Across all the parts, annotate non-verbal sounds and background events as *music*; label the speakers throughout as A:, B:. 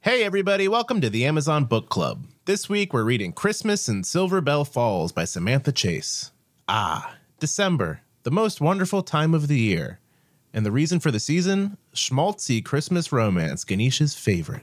A: Hey, everybody, welcome to the Amazon Book Club. This week we're reading Christmas in Silver Bell Falls by Samantha Chase. Ah, December, the most wonderful time of the year. And the reason for the season? Schmaltzy Christmas romance, Ganesha's favorite.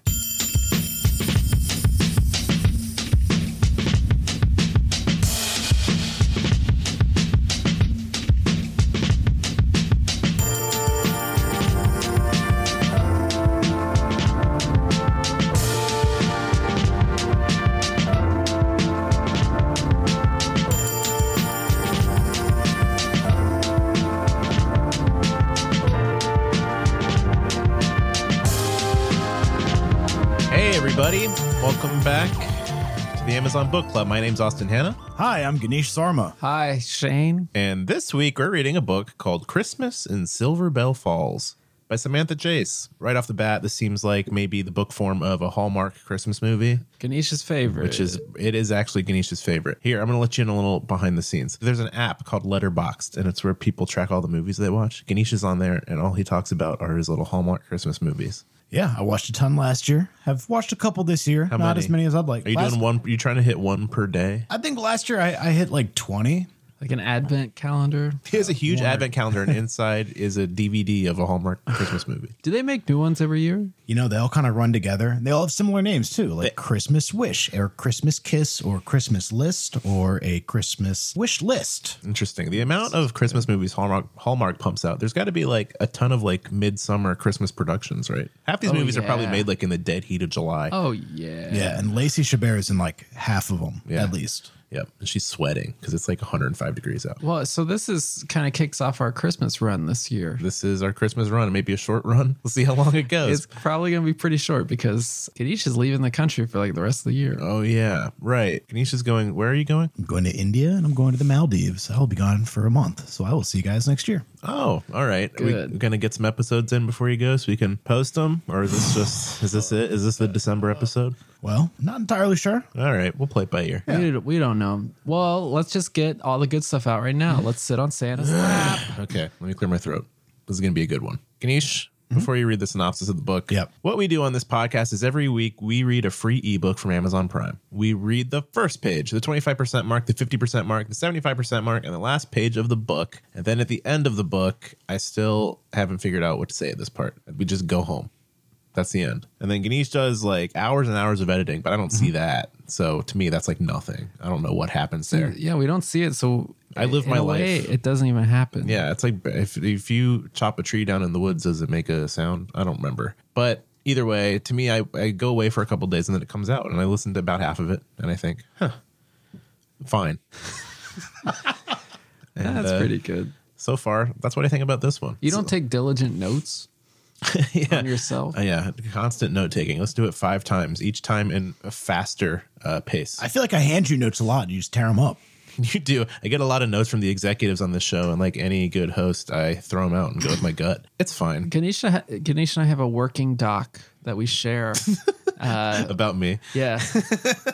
A: Hey, everybody, welcome back to the Amazon Book Club. My name's Austin Hanna.
B: Hi, I'm Ganesh Sarma.
C: Hi, Shane.
A: And this week we're reading a book called Christmas in Silver Bell Falls by Samantha Chase. Right off the bat, this seems like maybe the book form of a Hallmark Christmas movie,
C: Ganesha's favorite.
A: which is it is actually Ganesha's favorite. Here, I'm going to let you in a little behind the scenes. There's an app called Letterboxd, and it's where people track all the movies they watch. Ganesha's on there, and all he talks about are his little Hallmark Christmas movies.
B: Yeah, I watched a ton last year. Have watched a couple this year. Not
A: many?
B: as many as I'd like.
A: Are you
B: Last-
A: doing one? Are you trying to hit one per day?
B: I think last year I, I hit like 20.
C: like an advent calendar.
A: He has a huge advent calendar, and inside is a DVD of a Hallmark Christmas movie.
C: Do they make new ones every year?
B: You know, they all kind of run together. and They all have similar names too, like Christmas Wish or Christmas Kiss or Christmas List or a Christmas Wish List.
A: Interesting. The amount of Christmas movies Hallmark Hallmark pumps out. There's got to be like a ton of like midsummer Christmas productions, right? Half these
C: Oh,
A: movies are probably
C: yeah.
A: made like in the dead heat of July.
C: Oh yeah.
B: Yeah, and Lacey Chabert is in like half of them
A: Yeah.
B: at least.
A: Yep. And she's sweating because it's like 105 degrees out.
C: Well, so this is kind of kicks off our Christmas run this year.
A: This is our Christmas run. Maybe a short run. *laughs* We'll see how long it goes.
C: It's probably going to be pretty short because Ganesh is leaving the country for like the rest of the year.
A: oh yeah, right. Ganesha's going. Where are you going?
B: I'm going to India and I'm going to the Maldives. I'll be gone for a month, so I will see you guys next year.
A: Oh, all right. Are We,
C: Good.
A: we're gonna get some episodes in before you go, so we can post them. Or is this just? Is this it? Is this the December episode?
B: Well, not entirely sure.
A: All right, we'll play it by ear.
C: We, we don't know. Well, let's just get all the good stuff out right now. Let's sit
A: *laughs*
C: on Santa's lap.
A: Okay, let me clear my throat. This is going to be a good one. Hmm? Ganesh, before you read the synopsis of the book,
B: Yep.
A: what we do on this podcast is every week we read a free ebook from Amazon Prime. We read the first page, the 25% mark, the 50% mark, the 75% mark, and the last page of the book. And then at the end of the book, I still haven't figured out what to say at this part. We just go home. That's the end. And then Ganesh does like hours and hours of editing, but I don't see that. So to me, that's like nothing. I don't know what happens there.
C: Yeah, we don't see it, so
A: I live
C: in
A: my
C: a way,
A: life.
C: It doesn't even happen.
A: Yeah, it's like if if you chop a tree down in the woods, does it make a sound? I don't remember. But either way, to me, I, I go away for a couple days and then it comes out, and I listen to about half of it, and I think, huh, fine. And,
C: that's
A: uh,
C: pretty good.
A: So far, that's what I think about this one.
C: You don't take diligent notes
A: *laughs* yeah.
C: on yourself.
A: Uh, yeah, constant note taking. Let's do it five times, each time in a faster uh, pace.
B: I feel like I hand you notes a lot and you just tear them up.
A: you do. I get a lot of notes from the executives on this show, and like any good host, I throw them out and go with my gut. It's fine
C: Ganesha, ha- Ganesha and I have a working doc that
A: *laughs*
C: we share.
A: about me.
C: yeah,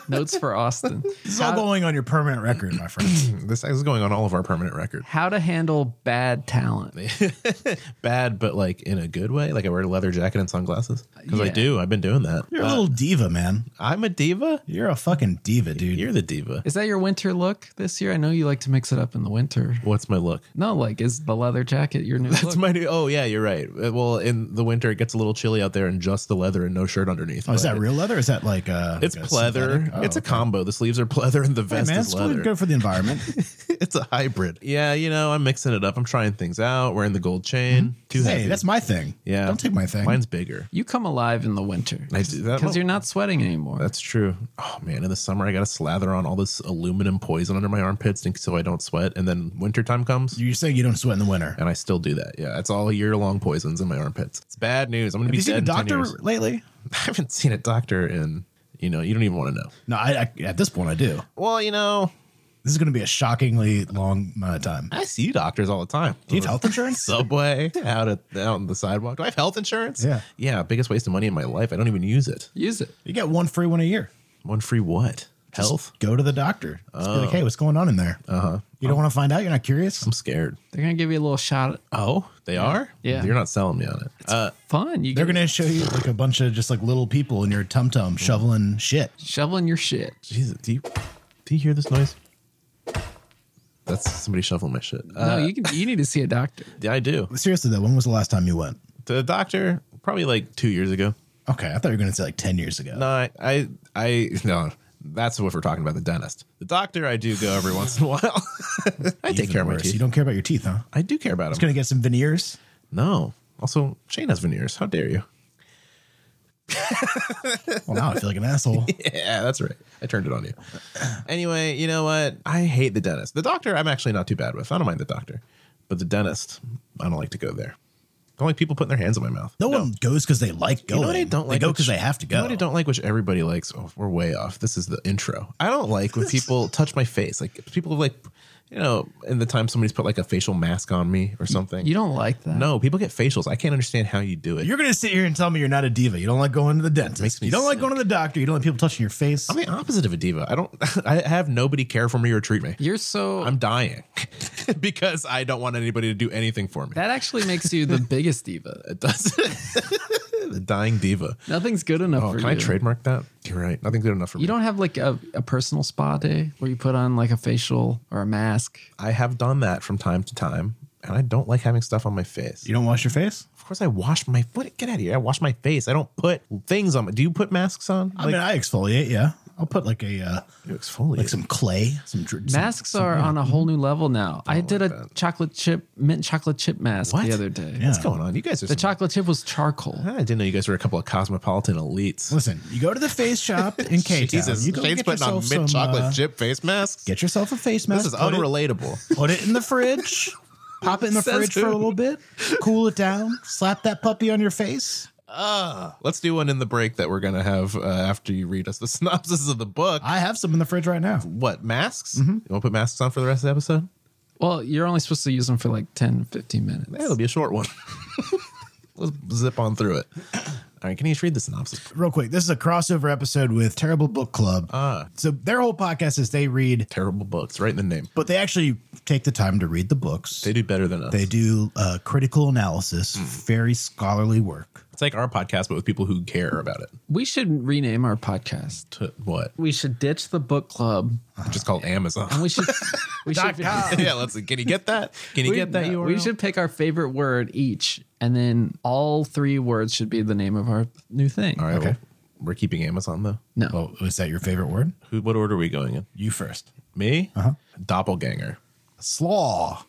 C: notes
A: *laughs*
C: for Austin.
B: This is all going on your permanent record, my friend.
A: This is going on all of our permanent record.
C: How to handle bad talent.
A: bad, but like in a good way. Like I wear a leather jacket and sunglasses because I
C: Yeah.
A: do. I've been doing that.
B: You're a little diva, man.
A: I'm a diva.
B: You're a fucking diva, dude.
A: You're the diva.
C: Is that your winter look this year? I know you like to mix it up in the winter.
A: What's my look?
C: No, like is the leather jacket your new
A: That's
C: look?
A: my new. Oh yeah, you're right. Uh, Well, in the winter it gets a little chilly out there, and just the leather and no shirt underneath.
B: oh, is
A: But
B: that real leather? Is that like uh
A: It's
B: like a
A: pleather.
B: synthetic? Oh,
A: it's a
B: okay.
A: combo. The sleeves are pleather and the
B: Hey,
A: vest
B: man,
A: is
B: it's good-
A: leather.
B: good for the environment.
A: *laughs* It's a hybrid. Yeah, you know, I'm mixing it up. I'm trying things out. Wearing the gold chain. Too
B: Mm-hmm. hey,
A: heavy.
B: that's my thing.
A: yeah.
B: don't take my thing.
A: Mine's bigger.
C: You come alive in the winter
A: I do that.
C: because you're not sweating anymore.
A: That's true. Oh man, in the summer I gotta slather on all this aluminum poison under my armpits and- so I don't sweat, and then wintertime comes
B: you say you don't sweat in the winter.
A: and I still do that. Yeah, it's all year long poisons in my armpits. It's bad news. I'm gonna
B: Have
A: be
B: you seen
A: dead
B: a
A: in 10
B: doctor
A: years.
B: lately?
A: *laughs* I haven't seen a doctor in you know you don't even want to know.
B: No, I, I at this point I do.
A: Well, you know
B: This is going to be a shockingly long amount of time.
A: I see doctors all the time.
B: Do you have
A: *laughs*
B: health insurance?
A: Subway out at out on the sidewalk. Do I have health insurance?
B: Yeah.
A: yeah. Biggest waste of money in my life. I don't even use it.
C: Use it.
B: You get one free one a year.
A: One free what? Health?
B: Just
A: Oh. Uh-huh.
B: Go to the doctor. Just be like, hey, what's going on in there? Uh huh. You don't want to find out? You're not curious?
A: I'm scared.
C: They're gonna give you a little shot.
A: Oh, they are.
C: Yeah.
A: you're not selling me on it. Uh,
C: Fun. You
B: They're
C: get
B: gonna show you like a bunch of just like little people in your tum tum shoveling shit.
C: shoveling your shit.
A: Jesus, do you do you hear this noise? That's somebody shuffling my shit. Uh,
C: No, you can, you need to see a doctor.
A: yeah, I do.
B: Seriously though, when was the last time you went?
A: To the doctor, probably like two years ago.
B: Okay, I thought you were gonna say like ten years ago.
A: No, I, I, I *laughs* no. That's what we're talking about. The dentist, the doctor. I do go every once in a while. *laughs* I take
B: Even
A: care of my
B: worse.
A: teeth.
B: You don't care about your teeth, huh?
A: I do care about them.
B: Gonna get some veneers.
A: No. Also, Shane has veneers. How dare you? *laughs*
B: Well, now I feel like
A: *laughs*
B: an asshole.
A: Yeah, that's right. I turned it on you. Anyway, you know what? I hate the dentist. The doctor, I'm actually not too bad with. I don't mind the doctor, but the dentist, I don't like to go there. I don't like people putting their hands in my mouth.
B: No, one goes because they like
A: You
B: going.
A: know what I don't like?
B: They go
A: which-
B: because they have to
A: You
B: go.
A: know what I don't like, which everybody likes. Oh, we're way off. This is the intro. I don't like
C: *laughs*
A: when people touch my face. Like people like, you know, in the time somebody's put like a facial mask on me or something.
C: You don't like that.
A: no, people get facials. I can't understand how you do it.
B: You're gonna sit here and tell me you're not a diva. You don't like going to the dentist.
A: me
B: You don't like
A: sick.
B: going to the doctor. You don't like people touching your face.
A: I'm the opposite of a diva. I don't. *laughs* I have nobody care for me or treat me.
C: You're so.
A: I'm dying *laughs* because I don't want anybody to do anything for *laughs* me.
C: that actually makes you the biggest diva.
A: It does *laughs* the dying diva.
C: Nothing's good enough
A: Oh,
C: for
A: can
C: you.
A: I trademark that? You're right. Nothing good enough for
C: You
A: me.
C: don't have like a, a personal spa day where you put on like a facial or a mask.
A: I have done that from time to time, and I don't like having stuff on my face.
B: you don't wash your face.
A: Of course, I wash my. What? Get out of here! I wash my face. I don't put things on. my Do you put masks on?
B: I mean, I exfoliate. Yeah, I'll put like a uh,
A: you exfoliate.
B: like some clay, some, dr- some
C: Masks are on a whole new level now. I did a chocolate chip, mint chocolate chip mask
A: What?
C: the other day.
A: What's going on? You guys are.
C: The
A: some-
C: chocolate chip was charcoal.
A: I didn't know you guys were a couple of cosmopolitan elites.
B: Listen, you go to the face shop in K
A: *laughs*
B: Town.
A: Jesus,
B: You go
A: Shane's
B: get
A: putting on
B: yourself
A: mint
B: some,
A: chocolate
B: uh,
A: chip face masks.
B: Get yourself a face mask.
A: This is
B: put it-
A: unrelatable. *laughs*
B: Put it in the fridge. Pop it in the
A: Says
B: fridge
A: who?
B: for a little bit. Cool it down. Slap that puppy on your face.
A: Let's do one in the break that we're gonna have uh, after you read us the *laughs* synopsis of the book.
B: I Mm-hmm. have some in the fridge right now.
A: what masks? You want to put masks on for the rest of the episode?
C: Well, you're only supposed to use them for like 10, 15 minutes.
A: That'll be a short one. *laughs* Let's zip on through it. All right, can you just read the synopsis?
B: Real quick, this is a crossover episode with Terrible Book Club.
A: Ah.
B: so their whole podcast is they read,
A: Terrible books, right in the name.
B: but they actually take the time to read the books.
A: They do Mm. better than us.
B: They do uh, critical analysis, very scholarly work.
A: it's like our podcast, but with people who care about it.
C: We should rename our podcast.
A: To what?
C: We should ditch the book club.
A: Just called Amazon. *laughs*
C: We should. We should. *laughs*
A: yeah, let's. Can you get that? Can you
C: we-
A: get that? URL?
C: we should pick our favorite word each, and then all three words should be the name of our new thing.
A: All right.
B: Okay.
A: well, we're keeping Amazon though.
C: No.
B: Oh, is that your favorite word?
A: Who? What order are we going in?
B: You first.
A: Me?
C: Uh-huh.
A: Doppelganger.
B: Slaw.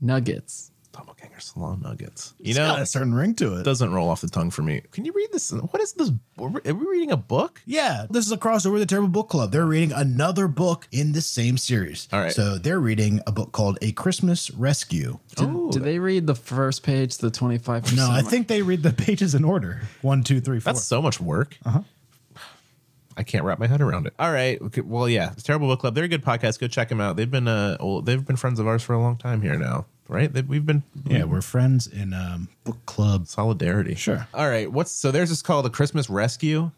C: Nuggets.
A: Doppelganger slaw nuggets. You
B: It's
A: know,
B: got a certain ring to it.
A: doesn't roll off the tongue for me. Can you read this? What is this? Are we reading a book?
B: Yeah, this is a crossover with the Terrible Book Club. They're reading another book in the same series.
A: All right.
B: So they're reading a book called A Christmas Rescue.
C: Did, did they read the first page, the 25%?
B: Oh, No, I think they read the *laughs* pages in order. One, two, three, four.
A: That's so much work.
C: Uh-huh.
A: *sighs* I can't wrap my head around it. All right. Okay, Well, yeah, the Terrible Book Club. They're a good podcast. Go check them out. They've been uh, old, they've been friends of ours for a long time here now, right? That we've been
B: yeah, we're friends in um, book club.
A: solidarity.
B: Sure.
A: All right. What's so? There's this called a Christmas Rescue.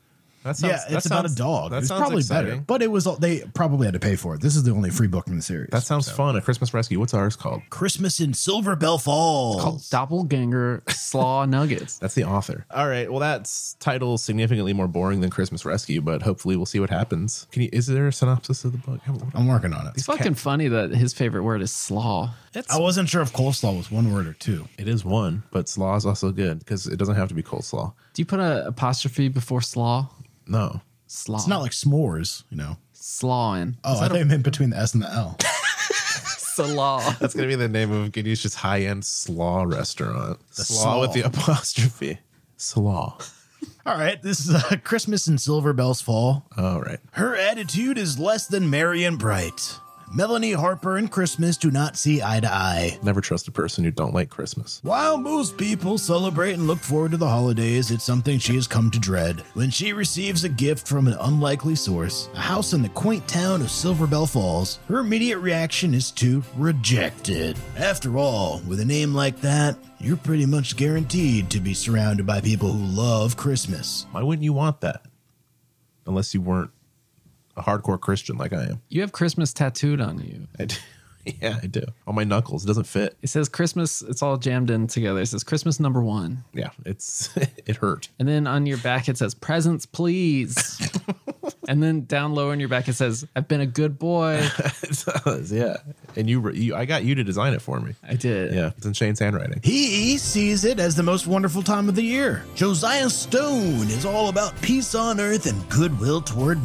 A: That sounds,
B: yeah,
A: that
B: it's about
A: sounds-
B: a dog.
A: That
B: It's
A: sounds
B: probably
A: exciting.
B: better, but it was all- they probably had to pay for it. This is the only free book in the series.
A: That sounds fun. A Christmas Rescue. What's ours called?
B: Christmas in Silver Bell Falls.
C: Called "Oh, doppelganger
B: *laughs*
C: slaw nuggets.
A: That's the author. All right. Well, that's title significantly more boring than Christmas Rescue, but hopefully we'll see what happens. Can you? Is there a synopsis of the book?
B: I'm working on it.
C: It's fucking funny that his favorite word is slaw.
B: I wasn't sure if coleslaw was one word or two.
A: It is one, but slaw is also good because it doesn't have to be coleslaw.
C: Do you put an apostrophe before slaw?
A: No.
C: Slaw.
B: It's not like s'mores, you know.
C: slawing.
B: *laughs* Oh, I think I meant between the S and the L.
C: Slaw.
A: That's going to be the name of Ganeesh's high end slaw restaurant. slaw,
B: slaw.
A: with the apostrophe. Slaw.
B: All right, this is uh, *laughs* Christmas in Silver Bells Fall.
A: All right.
B: Her attitude is less than merry and bright. Melanie Harper and Christmas do not see eye to eye.
A: Never trust a person who don't like Christmas.
B: While most people celebrate and look forward to the holidays, it's something she has come to dread. When she receives a gift from an unlikely source, a house in the quaint town of Silver Bell Falls, her immediate reaction is to reject it. After all, with a name like that, you're pretty much guaranteed to be surrounded by people who love Christmas.
A: Why wouldn't you want that? Unless you weren't a hardcore Christian like I am.
C: You have Christmas tattooed on you.
A: I do. *laughs* Yeah, I do. On my knuckles, it doesn't fit.
C: It says Christmas. It's all jammed in together. It says Christmas number one.
A: Yeah, it's *laughs* it hurt.
C: And then on your back, it says
B: *laughs*
C: presents, please. and then down low in your back, it says, I've been a good boy.
B: *laughs*
A: It does. Yeah, and you, you, I got you to design it for me.
C: I did.
A: Yeah, it's in Shane's handwriting.
B: He sees it as the most wonderful time of the year. Josiah Stone is all about peace on earth and goodwill toward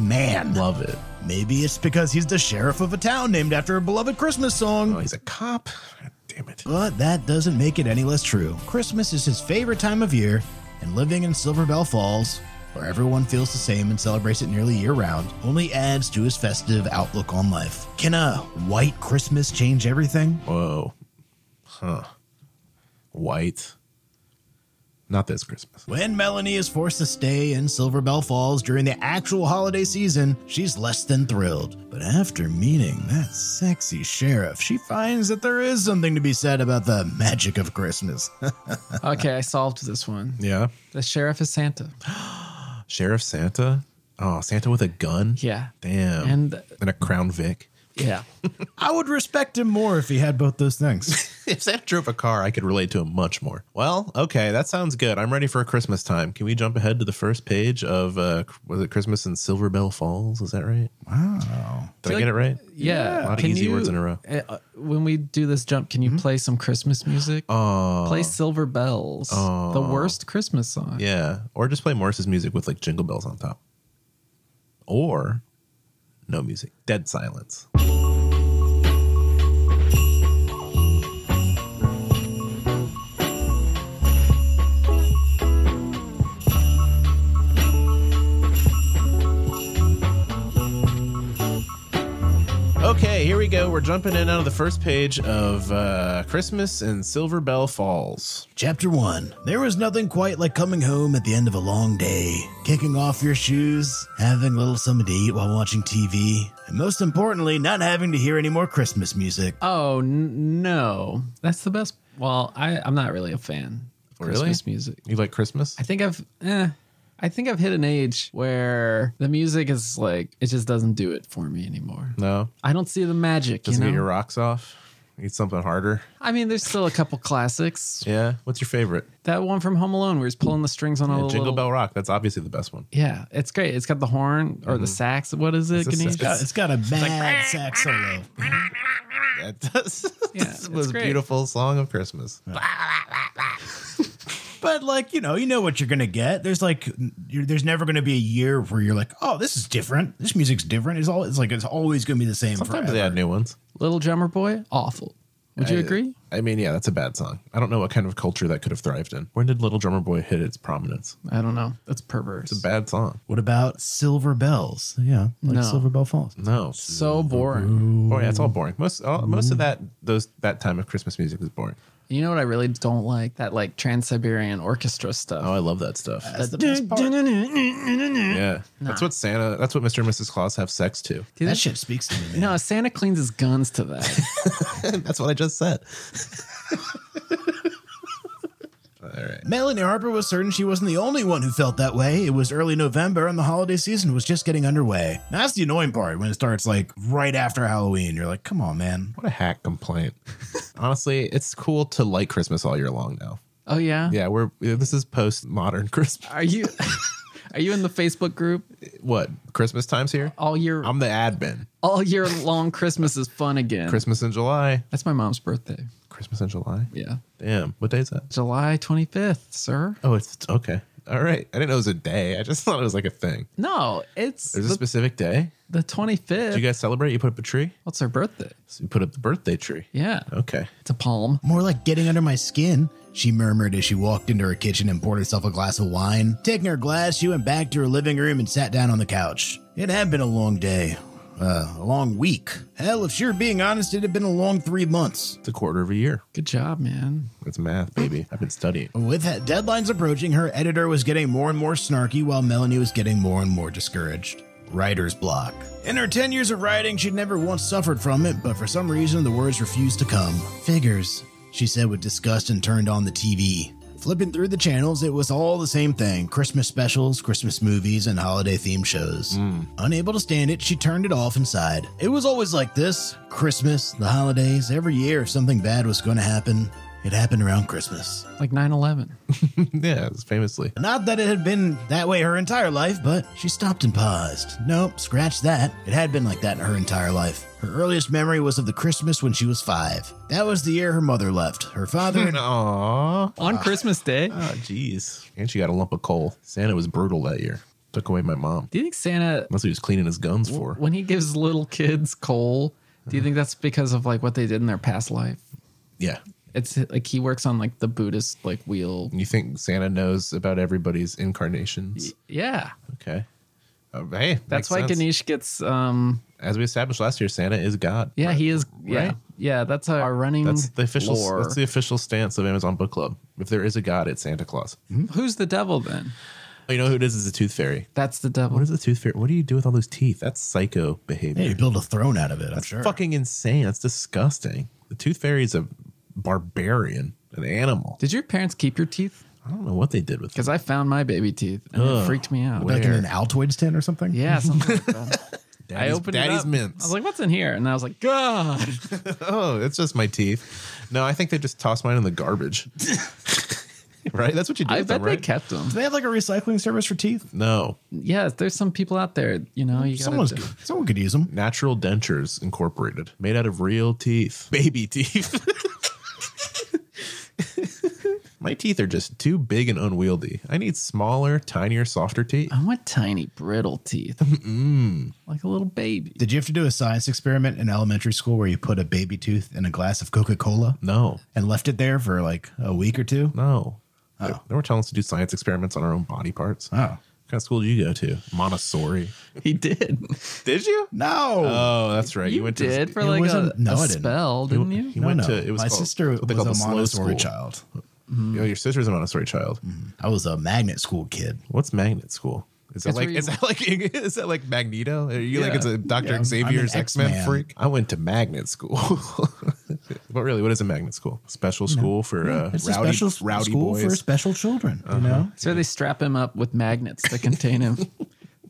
A: *laughs*
B: man.
A: Love it.
B: Maybe it's because he's the sheriff of a town named after a beloved Christmas song.
A: Oh, he's a cop. God damn it.
B: But that doesn't make it any less true. Christmas is his favorite time of year, and living in Silver Bell Falls, where everyone feels the same and celebrates it nearly year round, only adds to his festive outlook on life. Can a white Christmas change everything?
A: Whoa. Huh. White. Not this Christmas.
B: When Melanie is forced to stay in Silver Bell Falls during the actual holiday season, she's less than thrilled. But after meeting that sexy sheriff, she finds that there is something to be said about the magic of Christmas. *laughs*
C: Okay, I solved this one.
A: Yeah.
C: The sheriff is Santa.
A: Sheriff Santa. Oh, Santa with a gun.
C: Yeah.
A: Damn.
C: And-
A: and a Crown Vic.
C: Yeah.
B: I would respect him more if he had both those things.
A: *laughs* If Santa drove a car, I could relate to him much more. Well, okay, that sounds good. I'm ready for Christmas time. Can we jump ahead to the first page of uh was it Christmas in Silver Bell Falls? Is that right? Wow.
B: Oh.
A: Did I
C: Feel
A: get it right?
C: Yeah.
A: A lot of easy words in a row. Mm-hmm.
C: uh, uh, When we do this jump, can you play some Christmas music?
A: Oh.
C: play Silver Bells, the worst Christmas song.
A: Yeah. Or just play Morris's music with like jingle bells on top. Or no music. Dead silence. Okay, here we go. We're jumping in out of the first page of uh, Christmas in Silver Bell Falls.
B: Chapter 1 There was nothing quite like coming home at the end of a long day, kicking off your shoes, having a little something to eat while watching TV, and most importantly, not having to hear any more Christmas music.
C: Oh n- no, that's the best. Well, I I'm not really a fan. of
A: Really?
C: Christmas music.
A: You like Christmas?
C: I think I've eh, I think I've hit an age where the music is like it just doesn't do it for me anymore.
A: No.
C: I don't see the magic. You
A: Doesn't
C: know?
A: get your rocks off. Need something harder.
C: I mean, there's still a couple classics.
A: Yeah. What's your favorite?
C: That one from Home Alone where he's pulling the strings on a
A: Yeah,
C: little,
A: Jingle Bell Rock. That's obviously the best one.
C: Yeah, it's great. It's got the horn or the sax. What is it?
A: Mm-hmm. It's a
C: Ganesh?
A: sax.
B: It's got a bad sax solo.
A: That does, *laughs*
C: Yeah,
A: this
C: it's
A: was
C: great.
A: beautiful song of Christmas.
B: But like, you know, you know what you're gonna get. There's like, you're, there's never gonna be a year where you're like, oh, this is different. This music's different. It's all, it's like, it's always gonna be the same.
A: Sometimes
B: forever.
A: they add new ones.
C: Little Drummer Boy, awful. Would you
A: I- uh,
C: agree?
A: I mean, yeah, that's a bad song. I don't know what kind of culture that could have thrived in. When did Little Drummer Boy hit its prominence?
C: I don't know. That's perverse.
A: Bad song.
B: What about Silver Bells? Yeah, like
C: No.
B: Silver Bell Falls.
A: No.
C: so boring.
A: Oh yeah, it's all boring. Most all, most of that those that time of Christmas music was boring.
C: You know what I really don't like? That like Trans Siberian Orchestra stuff.
A: Oh, I love that stuff.
B: That's the best part.
A: yeah, that's what Santa. That's what Mr. and Mrs. Claus have sex to. *laughs*
C: Dude,
B: That
C: that's-
B: shit speaks to me. Man.
C: No, Santa cleans his guns to that.
A: that's what I just said.
B: Melanie Harper was certain she wasn't the only one who felt that way. It was early November and the holiday season was just getting underway. And that's the annoying part when it starts like right after Halloween. You're like, come on, man.
A: What a hack complaint. Honestly, it's cool to like Christmas all year long now.
C: oh yeah.
A: Yeah, we're this is post modern Christmas.
C: Are you *laughs* are you in the Facebook group
A: What Christmas times here?
C: all year?
A: I'm the admin.
C: all year long, Christmas is fun again.
A: Christmas in July.
C: That's my mom's birthday.
A: Christmas in July.
C: Yeah,
A: Damn, what day is that?
C: July twenty fifth, sir.
A: Oh, it's okay. All right. I didn't know it was a day. I just *laughs* thought it was like a thing.
C: No, it's
A: There's a
C: the,
A: specific day.
C: the twenty
A: Do
C: fifth.
A: you guys celebrate? You put up a tree.
C: What's her birthday?
A: So you put up the birthday tree.
C: Yeah,
A: Okay.
C: it's a palm.
B: More like getting under my skin, she murmured as she walked into her kitchen and poured herself a glass of wine. Taking her glass, she went back to her living room and sat down on the couch. It had been a long day. Uh, a long week. Hell, if she were being honest, it had been a long three months.
A: It's a quarter of a year.
C: Good job, man.
A: It's math, baby. I've been studying. *laughs*
B: With that deadlines approaching, her editor was getting more and more snarky while Melanie was getting more and more discouraged. Writer's block. In her 10 years of writing, she'd never once suffered from it, but for some reason the words refused to come. Figures, she said with disgust and turned on the TV. Flipping through the channels, it was all the same thing Christmas specials, Christmas movies, and holiday themed shows. Unable to stand it, she turned it off and sighed. It was always like this Christmas, the holidays, every year, if something bad was going to happen, it happened around Christmas.
C: Like 9 11.
A: yeah, it's famously.
B: Not that it had been that way her entire life, but she stopped and paused. Nope, scratch that. It had been like that her entire life. Her earliest memory was of the Christmas when she was five. That was the year her mother left. Her father
C: *laughs*
B: had
A: Aww.
C: On Christmas Day?
A: Oh, jeez. And she got a lump of coal. Santa was brutal that year. Took away my mom.
C: Do you think Santa,
A: That's what he was cleaning his guns for.
C: when he gives little kids coal, do you think that's because of like what they did in their past life?
A: Yeah.
C: It's like he works on like the Buddhist like wheel.
A: You think Santa knows about everybody's incarnations?
C: Yeah.
A: Okay. Uh, hey, makes
C: That's why
A: sense.
C: Ganesh gets um
A: As we established last year, Santa is God.
C: yeah, he is yeah.
A: Right.
C: Yeah, that's our, our running
A: That's the official.
C: lore.
A: That's the official stance of Amazon Book Club. If there is a God, it's Santa Claus. Oh,
C: Who's the devil then?
A: You know who it is? Is the Tooth Fairy.
C: That's the devil.
A: What is the Tooth Fairy? What do you do with all those teeth? That's psycho behavior.
B: Hey, you build a throne out of it, I'm sure.
A: Fucking insane. That's disgusting. The Tooth Fairy is a barbarian, an animal.
C: Did your parents keep your teeth?
A: I don't know what they did with it.
C: Because I found my baby teeth and it freaked me out.
A: What-
B: Like in
A: Where?
B: an Altoids tin or
A: *laughs*
B: something?
C: Yeah, something like that. I
A: Daddy's-
C: opened it
A: Daddy's
C: up.
A: mints.
C: I was like, "What's in here?" And I was like, "God."
A: oh, it's just my teeth. No, I think they just tossed mine in the *laughs* garbage. right? That's what you do.
C: I
A: with
C: bet
A: them,
C: they
A: right?
C: kept them.
B: Do they have like a recycling service for teeth?
A: No,
C: Yes, there's some people out there. You know, you
B: Someone's
C: gotta,
B: someone could use them.
A: Natural Dentures Incorporated, made out of real teeth, baby teeth. *laughs* my teeth are just too big and unwieldy. I need smaller, tinier, softer teeth.
C: I want tiny, brittle teeth, like a little baby. *laughs*
B: Did you have to do a science experiment in elementary school where you put a baby tooth in a glass of Coca Cola
A: No,
B: and left it there for like a week or two?
A: no.
C: Oh.
A: They, they were telling us to do science experiments on our own body parts. What
B: Oh.
A: kind of school did you go to? Montessori.
C: He did.
A: Did you?
B: No.
A: Oh, that's right.
C: You,
A: went to
C: did for
B: it
C: like a,
B: wasn't- no,
C: a
B: I didn't.
C: spell, didn't you?
A: He
B: no,
A: went
B: no.
A: to. It was
B: My
A: called-
B: sister
A: what they
B: was
A: call the
B: a
A: slow
B: Montessori
A: school.
B: child. Mm.
A: You know, your sister's a Montessori child.
B: I was a magnet school kid.
A: What's magnet school? Is that
C: It's
A: like
C: where you-
A: is that *laughs* like is that like Magneto? Are you like
C: Yeah.
A: it's a Doctor
B: Yeah, I'm-
A: Xavier's
B: I'm an
A: X Men
B: X-Man.
A: freak? I went to magnet school. *laughs* but really, what is a magnet school? Special school for uh,
B: It's
A: rowdy
B: a special s-
A: rowdy
B: school
A: boys. Uh-huh.
B: for special children. You know,
C: So they strap him up with magnets to
A: *laughs*
C: contain him.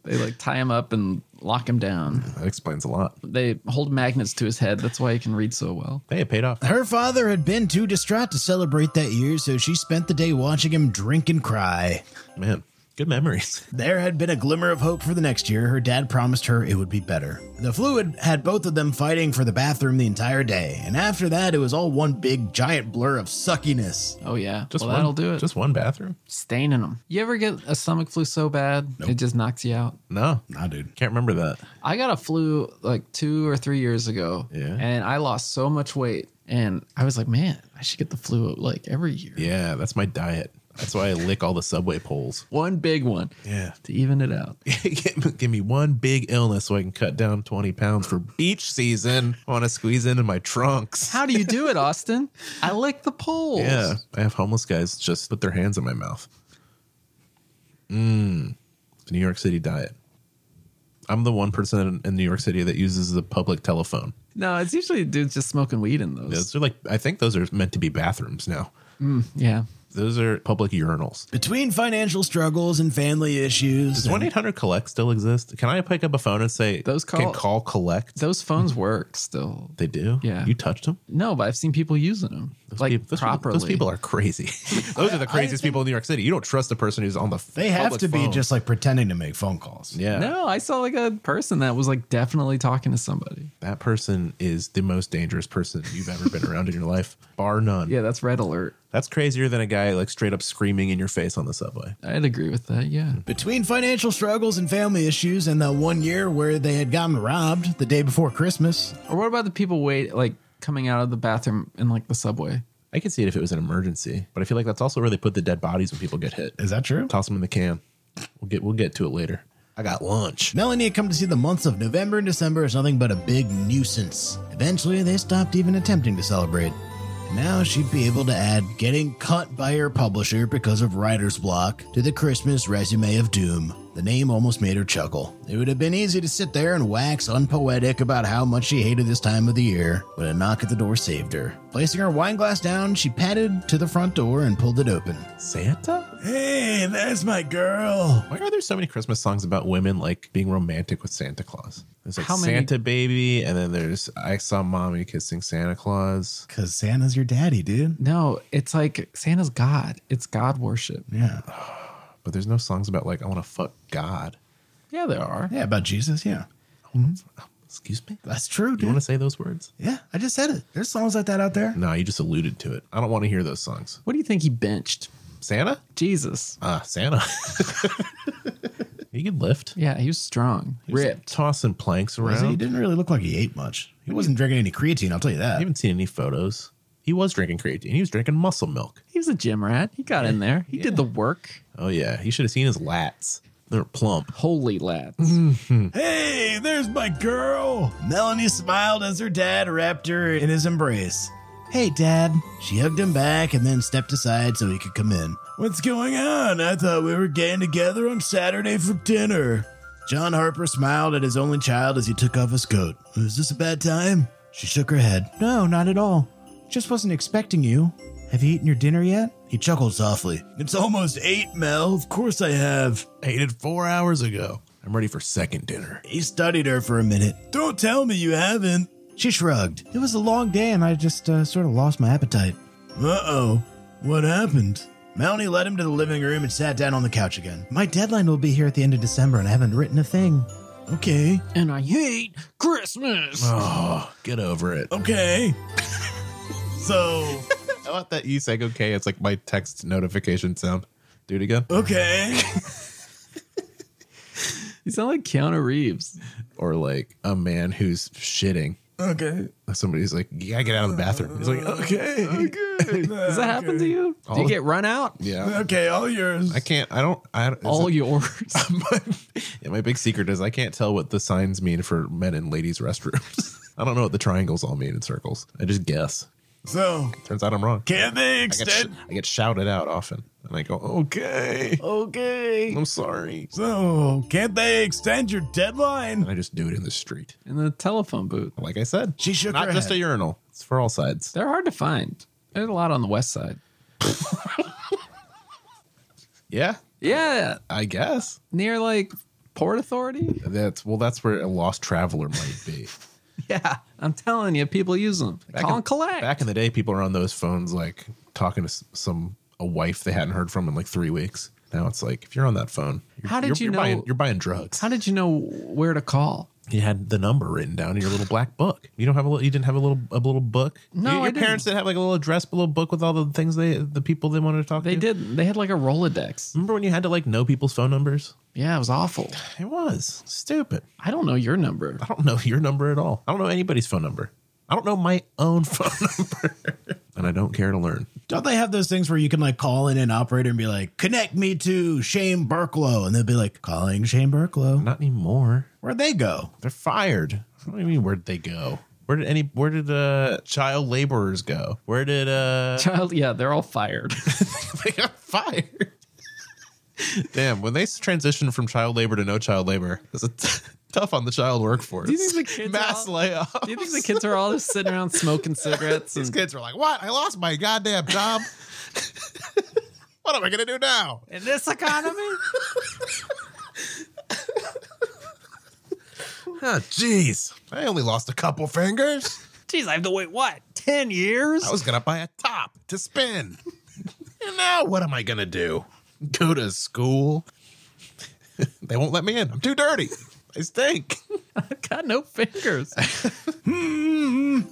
C: they like tie him up and lock him down.
A: that explains a lot.
C: They hold magnets to his head. That's why he can read so well.
A: Hey, it paid off.
B: Her father had been too distraught to celebrate that year, so she spent the day watching him drink and cry.
A: Man, good memories. *laughs*
B: There had been a glimmer of hope for the next year. Her dad promised her it would be better. The fluid had both of them fighting for the bathroom the entire day, and after that, it was all one big giant blur of suckiness.
C: Oh yeah,
A: Just
C: well
A: one,
C: that'll do it.
A: Just one bathroom.
C: staining them. You ever get a stomach flu so bad it just knocks you out?
A: No,
B: Nah, dude.
A: can't remember that.
C: I got a flu like two or three years ago,
A: Yeah.
C: and I lost so much weight, and I was like, man, I should get the flu like every year.
A: Yeah, that's my diet. That's why I lick all the subway poles.
C: One big one
A: Yeah.
C: to even
A: *laughs*
C: it out.
A: give, me- give me one big illness so I can cut down 20 pounds for beach season. I want to squeeze into my trunks.
C: How do you do it, Austin? I lick the poles.
A: Yeah, I have homeless guys just put their hands in my mouth. Mmm. The New York City diet. I'm the one person in New York City that uses the public telephone.
C: No, it's usually dudes just smoking weed in those.
A: Those are like, I think those are meant to be bathrooms now.
C: Yeah.
A: Those are public urinals.
B: Between financial struggles and family issues,
A: Does 1 800 Collect still exist? Can I pick up a phone and say,
C: Those
A: can
C: call-
A: call Collect?
C: Those phones work still.
A: They do?
C: Yeah.
A: You touched them?
C: No, but I've seen people using them like
A: peop- those
C: properly.
A: People, those people are crazy. those are the craziest people in New York City. You don't trust the person who's on the.
B: they have
A: public
B: to be
A: phone.
B: just like pretending to make phone calls.
A: yeah.
C: No, I saw like a person that was like definitely talking to somebody.
A: That person is the most dangerous person you've ever been around in your life, bar none.
C: Yeah, that's red alert.
A: That's crazier than a guy like straight up screaming in your face on the subway.
C: I'd agree with that. Yeah.
B: Between financial struggles and family issues, and that one year where they had gotten robbed the day before Christmas,
C: Or what about the people wait like coming out of the bathroom in like the subway?
A: I could see it if it was an emergency, but I feel like that's also where they put the dead bodies when people get hit.
B: is that true?
A: Toss them in the can. We'll get we'll get to it later. I got lunch.
B: Melanie had come to see the months of November and December as nothing but a big nuisance. Eventually, they stopped even attempting to celebrate. Now she'd be able to add getting cut by her publisher because of writer's block to the Christmas resume of doom. The name almost made her chuckle. It would have been easy to sit there and wax unpoetic about how much she hated this time of the year, but a knock at the door saved her. Placing her wine glass down, she padded to the front door and pulled it open.
A: Santa?
B: Hey, that's my girl.
A: Why are there so many Christmas songs about women like being romantic with Santa Claus? There's like
C: How many-
A: Santa Baby, and then there's I Saw Mommy Kissing Santa Claus.
B: Cause Santa's your daddy, dude.
C: No, it's like Santa's God. It's God worship.
B: Yeah.
A: But there's no songs about like I want to fuck God.
C: Yeah, there are.
B: Yeah, about Jesus. Yeah.
A: Excuse me?
B: That's true,
A: You
B: dude.
A: want to say those words?
B: yeah, I just said it. There's songs like that out there.
A: No, you just alluded to it. I don't want to hear those songs.
C: What do you think he benched?
A: Santa?
C: Jesus.
A: Ah, Santa. *laughs* he could lift.
C: Yeah, he was strong,
A: He was
C: ripped.
A: Tossing planks
B: Well, see, He
A: around.
B: didn't really look like he ate much. He wasn't drinking any creatine, I'll tell you
A: I
B: that.
A: haven't seen any photos. He was drinking creatine. He was drinking muscle milk.
C: He was a gym rat. He got in there. He did the work.
A: Oh yeah, he should have seen his lats. They're plump.
C: Holy lads.
B: Hey, there's my girl. Melanie smiled as her dad wrapped her in his embrace. Hey, Dad. She hugged him back and then stepped aside so he could come in. What's going on? I thought we were getting together on Saturday for dinner. John Harper smiled at his only child as he took off his coat. Is this a bad time? She shook her head. No, not at all. Just wasn't expecting you. Have you eaten your dinner yet? He chuckled softly. It's almost eight, Mel. Of course I have.
A: Ate it four hours ago. I'm ready for second dinner.
B: He studied her for a minute. Don't tell me you haven't. She shrugged. It was a long day and I just uh, sort of lost my appetite. Uh oh. What happened? Melanie led him to the living room and sat down on the couch again. My deadline will be here at the end of December and I haven't written a thing. Okay.
C: and I hate Christmas.
A: Oh, get over it.
B: Okay. *laughs* so.
A: I want that you saying okay. It's like my text notification sound. Do it again.
B: Okay.
C: You sound like Keanu Reeves.
A: Or like a man who's shitting.
B: okay.
A: Somebody's like, you gotta get out of the bathroom. He's like, "Oh, okay.
B: *laughs*
C: Does that happen to you? Do
A: All-
C: you get run out?
A: Yeah.
B: Okay, all yours.
A: I can't. I don't. I don't.
C: All
A: it's-
C: yours. *laughs*
A: yeah, my big secret is I can't tell what the signs mean for men and ladies restrooms. *laughs* I don't know what the triangles all mean in circles. I just guess.
B: So,
A: Turns out I'm wrong.
B: can they
A: I get, sh- I get shouted out often, and I go, "Okay,
C: okay.
A: I'm sorry,"
B: so, can't they extend your
A: and
B: deadline?
A: I just do it in the street,
C: In the telephone booth.
A: like I said.
B: She shook
A: Not
B: her
A: just
B: head.
A: a urinal; it's for all sides.
C: They're hard to find. There's a lot on the west side.
A: Yeah,
C: Yeah.
A: I guess
C: Near like
A: *laughs*
C: Port Authority.
A: that's well. That's where a lost traveler might
C: *laughs*
A: be.
C: Yeah. I'm telling you, people use them. They Call
A: in,
C: and collect.
A: Back in the day, people are on those phones, like talking to s- some a wife they hadn't heard from in like three weeks. Now it's like if you're on that phone, you're,
C: How did
A: you're-
C: you
A: you're
C: know-
A: Buying, you're buying drugs.
C: How did you know where to call?
A: you had the number written down in your little black book. You don't have a little. You didn't have a little a little book.
C: No,
A: your, your
C: I didn't.
A: parents didn't have like a little address, a little book with all the things they the people they wanted to talk
C: They
A: to.
C: did. They had like a Rolodex.
A: Remember when you had to like know people's phone numbers?
C: Yeah, it was awful.
A: It was stupid.
C: I don't know your number.
A: I don't know your number at all. I don't know anybody's phone number. I don't know my own *laughs* phone number, and I don't care to learn.
B: Don't they have those things where you can like call in an operator and be like, connect me to Shane Burklow? And they'll be like, calling Shane Burklow.
A: Not anymore.
B: Where'd they go?
A: They're fired. What do you mean? Where'd they go? Where did any? Where did uh child laborers go? Where did
C: *laughs*
A: uh?
C: Child, yeah, they're all
A: *laughs*
C: fired. *laughs*
A: they got fired. Damn, when they s- transition from child labor to no child labor, it's a t- tough on the child workforce.
C: Do you think the kids
A: Mass
C: are all-
A: layoff.
C: Do you think the kids are all just sitting
A: *laughs*
C: around smoking cigarettes?
A: These
C: And,
A: kids were like, "What? I lost my goddamn
C: *laughs*
A: job. what am I gonna do now?"
C: in this economy?
A: Oh, jeez, I only lost a couple fingers.
C: Jeez, I have to wait, what, 10 years?
A: I was gonna buy a top to spin. and now what am I gonna do? Go to school? *laughs* they won't let me in. I'm too dirty. I stink. *laughs*
C: I've *laughs* got no fingers.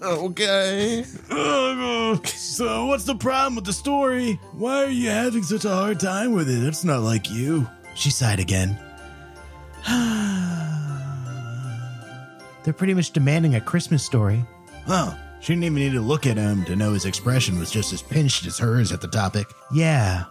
A: okay.
B: *laughs* So, what's the problem with the story? Why are you having such a hard time with it? It's not like you. She sighed again. They're pretty much demanding a Christmas story. Oh, she didn't even need to look at him to know his expression was just as pinched as hers at the topic. Yeah.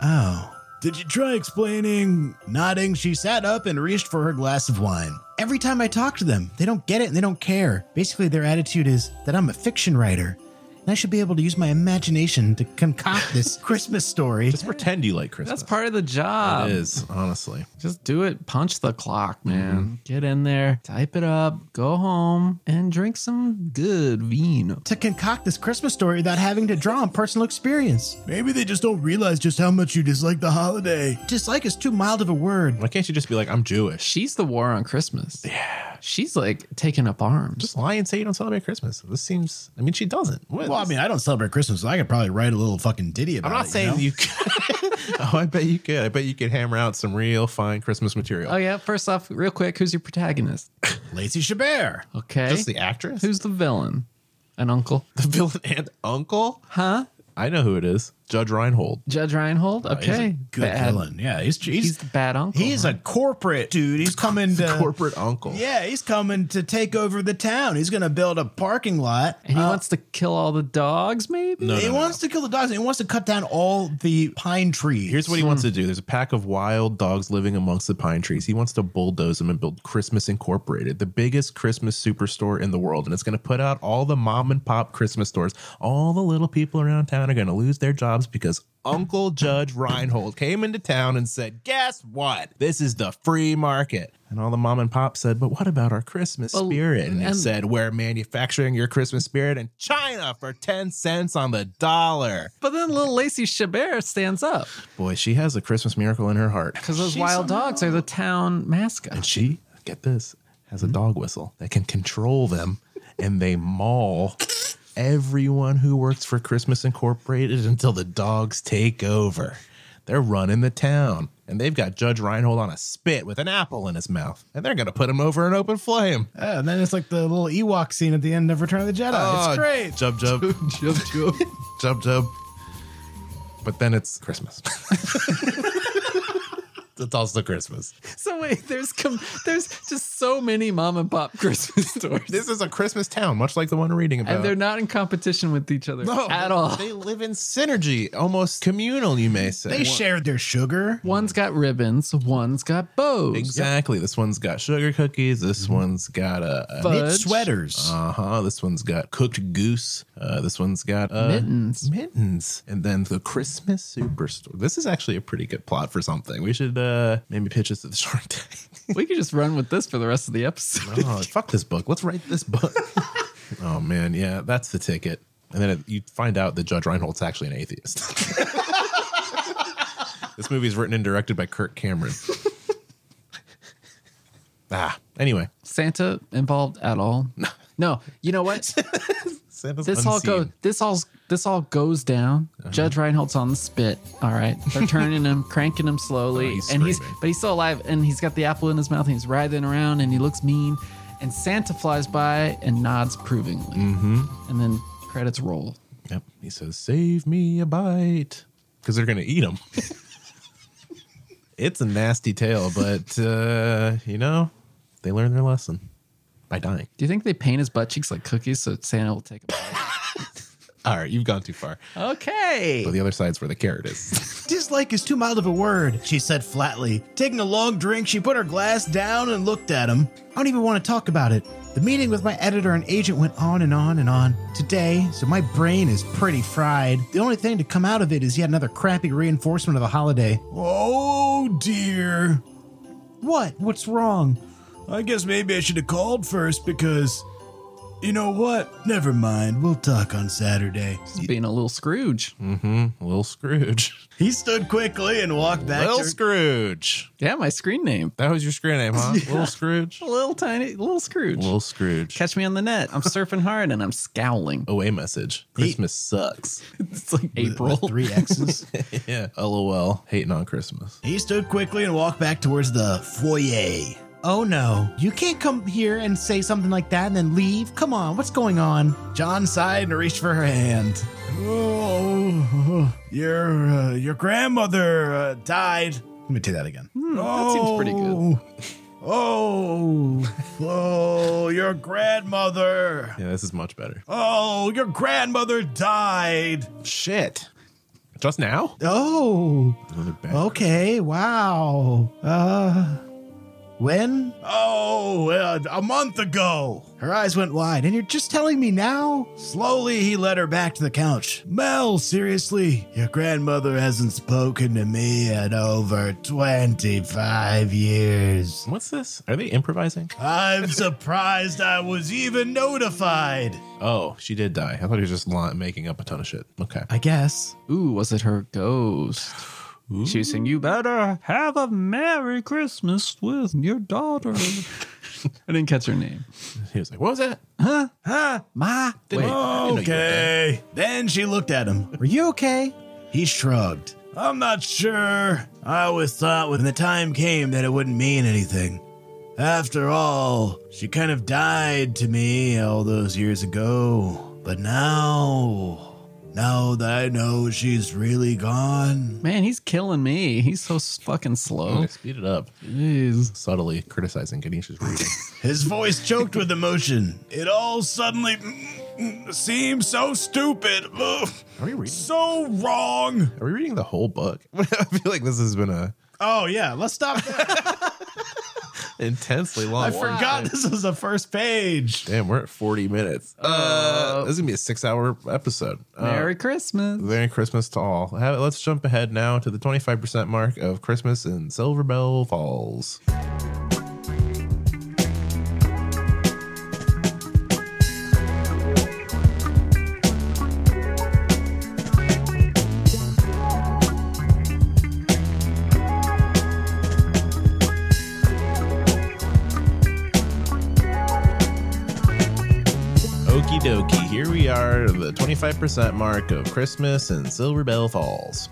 B: Oh. Did you try explaining? Nodding, she sat up and reached for her glass of wine. Every time I talk to them, they don't get it and they don't care. Basically, their attitude is that I'm a fiction writer. I should be able to use my imagination to concoct *laughs* this Christmas story.
A: Just pretend you like Christmas.
C: That's part of the job.
A: it is, honestly.
C: Just do it. Punch the clock, man. Get in there, type it up, go home, and drink some good vino.
B: to concoct this Christmas story without having to draw on personal experience. Maybe they just don't realize just how much you dislike the holiday. Dislike is too mild of a word.
A: Why can't you just be like, I'm Jewish?
C: She's the war on Christmas. Yeah. She's like taking up arms.
A: Just lie and say you don't celebrate Christmas. This seems, I mean, she doesn't. What?
B: Well, I mean, I don't celebrate Christmas, so I could probably write a little fucking ditty about
A: I'm
B: it.
A: not saying *laughs* you. *laughs* oh, I bet you could. I bet you could hammer out some real fine Christmas material.
C: Oh yeah. First off, real quick, who's your protagonist?
B: know? Lacey Chabert.
C: Okay.
A: Just the actress,
C: who's the villain? An uncle?
A: the villain and uncle.
C: Huh?
A: I know who it is. Judge Reinhold.
C: Judge Reinhold?
B: He's a
C: Okay.
B: good
C: Bad-
B: villain. Yeah, he's he's
C: He's the bad uncle.
B: he's a corporate dude. He's coming to
A: Corporate uncle.
B: Yeah, he's coming to take over the town. He's going to build a parking lot. Uh,
C: and he wants to kill all the dogs, maybe?
A: No,
B: he
A: no, no.
B: wants to kill the dogs. And he wants to cut down all the pine trees.
A: Here's what he wants to do. There's a pack of wild dogs living amongst the pine trees. He wants to bulldoze them and build Christmas Incorporated, the biggest Christmas superstore in the world. And it's going to put out all the mom and pop Christmas stores. All the little people around town are going to lose their jobs because Uncle Judge Reinhold came into town and said, Guess what? This is the free market. And all the mom and pop said, But what about our Christmas
C: Well,
A: spirit? And, he
C: and-
A: said, We're manufacturing your Christmas spirit in China for 10 cents on the dollar.
C: But then little Lacey Chabert stands up
A: Boy, she has a Christmas miracle in her heart.
C: because those wild dogs are the town mascot.
A: She, *laughs* get this, has a dog whistle that can control them and they maul everyone who works for Christmas Incorporated until the dogs take over. They're running the town and they've got Judge Reinhold on a spit with an apple in his mouth and they're going to put him over an open flame.
B: Yeah, and then it's like the little Ewok scene at the end of Return of the Jedi.
A: Oh,
B: it's great.
A: Jub, jub,
C: Jump,
A: jub,
C: jump.
A: jub. But then it's Christmas. it's also Christmas.
C: So wait, there's com- there's just so many mom and pop Christmas *laughs* stores,
A: This is a Christmas town, much like the one we're reading about.
C: and they're not in competition with each other
A: No,
C: at
A: Oh, they-
C: all.
A: They live in synergy, almost communal, you may say.
B: They shared their sugar.
C: one's got ribbons, one's got bows.
A: exactly. This one's got sugar cookies. This
C: Mm-hmm.
A: one's got a.
C: Fudge.
B: knit sweaters.
A: Uh huh. This one's got cooked goose. Uh, this one's got uh,
C: Mittens.
A: Mittens. And then the Christmas superstore. This is actually a pretty good plot for something. We should uh, maybe pitch this to the Shark Tank.
C: We could just run with this for the rest of the episode.
A: oh, fuck this book. Let's write this book. *laughs* oh man, yeah, that's the ticket. And then it, you find out that Judge Reinhold's actually an atheist. *laughs* this movie is written and directed by Kirk Cameron. *laughs* ah, anyway,
C: Santa involved at all? No. You know
A: *laughs*
C: what?
A: Santa's
C: This all
A: unseen.
C: goes. This all. This all goes down. Judge Reinhold's on the spit. All right, they're turning him, *laughs* cranking him slowly,
A: Oh, he's
C: and he's
A: screaming.
C: but he's still alive, and he's got the apple in his mouth, and he's writhing around, and he looks mean. And Santa flies by and nods approvingly, mm-hmm. and then credits roll.
A: Yep. He says, "Save me a bite," because they're gonna eat him. *laughs* it's a nasty tale, but uh, you know, they learn their lesson by dying.
C: Do you think they paint his butt cheeks like cookies so Santa will take a bite?
A: All right, you've gone too far.
C: okay.
A: But the other side's where the carrot is.
B: Dislike is too mild of a word, she said flatly. Taking a long drink, she put her glass down and looked at him. I don't even want to talk about it. The meeting with my editor and agent went on and on and on today, so my brain is pretty fried. The only thing to come out of it is yet another crappy reinforcement of the holiday. Oh dear. What? What's wrong? I guess maybe I should have called first because. You know what? Never mind. We'll talk on Saturday.
C: Being a little Scrooge.
A: Little *laughs* Scrooge.
B: He stood quickly and walked back.
A: Little
B: to-
A: Scrooge.
C: Yeah, my screen name.
A: That was your screen name, *laughs* huh? Little Scrooge.
C: Little tiny, little Scrooge.
A: Little Scrooge.
C: Catch me on the net. I'm surfing hard and
A: *laughs*
C: I'm scowling.
A: Away message. Christmas sucks.
C: It's like April.
B: With three *laughs* X's.
A: *laughs* yeah. *laughs* LOL. Hating on Christmas.
B: he stood quickly and walked back towards the foyer. Oh no, you can't come here and say something like that and then leave. Come on, what's going on? John sighed and reached for her hand. Oh, your uh, your grandmother uh, died. Let me do Hmm, that again.
C: that seems pretty good.
B: Oh, oh, your *laughs* grandmother.
A: Yeah, this is much better.
B: Oh, your grandmother died.
A: Shit. Just now?
B: Oh.
A: Another bad.
B: Okay, wow. Uh When? Oh, uh, a month ago. Her eyes went wide, and you're just telling me now? Slowly, he led her back to the couch. Mel, seriously, your grandmother hasn't spoken to me in over 25 years.
A: What's this? Are they improvising?
B: I'm surprised I was even notified.
A: Oh, she did die. I thought he was just li- making up a ton of shit. Okay.
B: I guess.
C: Ooh, was it her ghost? She was saying, You better have a Merry Christmas with your daughter. I didn't catch her name.
A: *laughs* He was like, "What was that?"
C: Ma. Wait.
A: I didn't know you were dead.
B: Then she looked at him. Are you okay? He shrugged. I'm not sure. I always thought when the time came that it wouldn't mean anything. After all, she kind of died to me all those years ago. But now, now that I know she's really gone,
C: Man, he's killing me. He's so s- fucking slow.
A: Okay, Speed it up.
C: Jeez.
A: Subtly criticizing Ganesha's *laughs* reading.
B: his voice choked with emotion. It all suddenly seems so stupid. Ugh,
A: Are we reading?
B: so wrong.
A: Are we reading the whole book? *laughs* I feel like this has been a
B: Oh, yeah, let's stop there.
A: intensely long.
B: I forgot this was the first page.
A: Damn, we're at 40 minutes. Uh, this is gonna be a six-hour episode. Uh,
C: Oh. Merry Christmas.
A: Merry Christmas to all. Have- Let's jump ahead now to the 25% mark of Christmas in Silver Bell Falls. Okie dokie, here we are, the 25% mark of Christmas in Silver Bell Falls.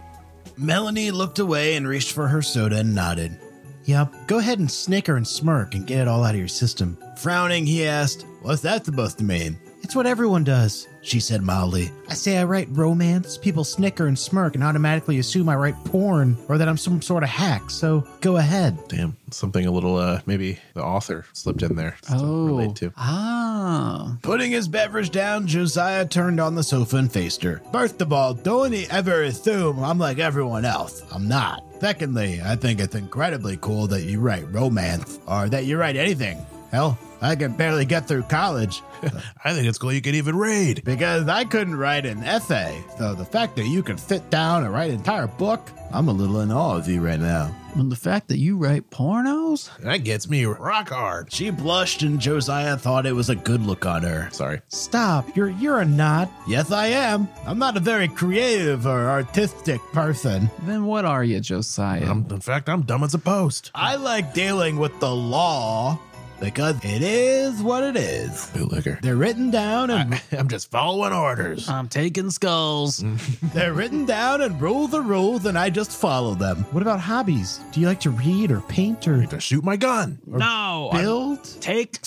B: Melanie looked away and reached for her soda and nodded. Yep, go ahead and snicker and smirk and get it all out of your system. Frowning, he asked, What's that supposed to mean? It's what everyone does, she said mildly. I say I write romance, people snicker and smirk and automatically assume I write porn or that I'm some sort of hack, so go ahead.
A: Damn, something a little, uh, maybe the author slipped in there just
C: Oh.
A: to relate to.
C: Ah.
B: Putting his beverage down, Josiah turned on the sofa and faced her. First of all, don't e- ever assume I'm like everyone else. I'm not. Secondly, I think it's incredibly cool that you write romance or that you write anything. Hell, I could barely get through college *laughs*
A: I think it's cool you could even raid.
B: because I couldn't write an essay. So the fact that you can sit down and write an entire book, I'm a little in awe of you right now.
C: And the fact that you write pornos?
A: That gets me rock hard.
B: She blushed and Josiah thought it was a good look on her.
A: Sorry.
B: Stop, you're you're a nod. Yes, I am. I'm not a very creative or artistic person.
C: Then what are you, Josiah?
A: I'm, in fact, I'm dumb as a post.
B: I like dealing with the law because it is what it is.
A: Bootlicker.
B: They're written down and
A: *laughs*
B: *laughs*
A: I'm just following orders.
C: I'm taking skulls.
B: they're written down and rule the rules and I just follow them. What about hobbies? Do you like to read or paint or
A: to shoot my gun.
C: No. I
B: build?
C: take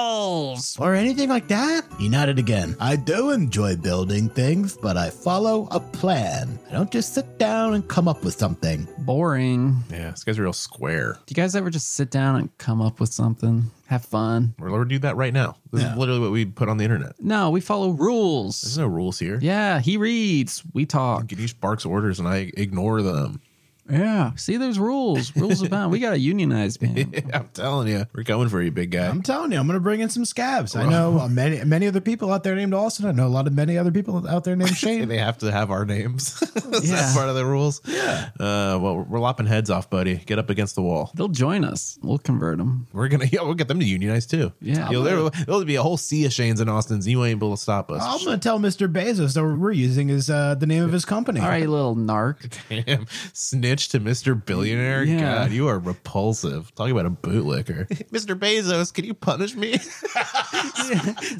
C: skulls.
B: Or anything like that? He nodded again. I do enjoy building things, but I follow a plan. I don't just sit down and come up with something.
C: Boring. Do
A: Yeah, this guy's real square.
C: you guys ever just sit down and come up with something? Have fun?
A: We're going to do that right now. This
B: Yeah.
A: is literally what we put on the internet.
C: No, we follow
A: There's
C: rules.
A: no rules here.
C: Yeah, he reads. We talk.
A: Ganesh barks orders and I ignore them. *laughs*
C: Yeah. See, there's rules. Rules abound. We got to unionize, *laughs* man.
A: I'm telling you, we're coming for you, big guy.
B: Hmm. I'm telling you, I'm going to bring in some scabs.
A: *laughs*
B: I know uh, many many other people out there named Austin. I know a lot of many other people out there *laughs* named
A: And
B: Shane.
A: they have to have our names. *laughs*
B: *laughs*
A: Is
C: Yeah.
A: that part of the rules? Yeah. Uh, well, we're lopping heads off, buddy. Get up against the wall.
C: They'll join us. We'll convert them.
A: We're gonna. *laughs* Yeah, we'll get them to unionize too.
C: Yeah.
A: You know, there, there'll be a whole sea of Shanes and Austins. You ain't able to stop us.
B: I'm going to tell Mr. Bezos that we're using his uh, the name of his company.
C: All right, you little *laughs* narc.
A: Damn. Snitch to Mr. Billionaire.
C: Yeah.
A: God, you are repulsive. Talking about a bootlicker. *laughs* Mr. Bezos, can you punish me?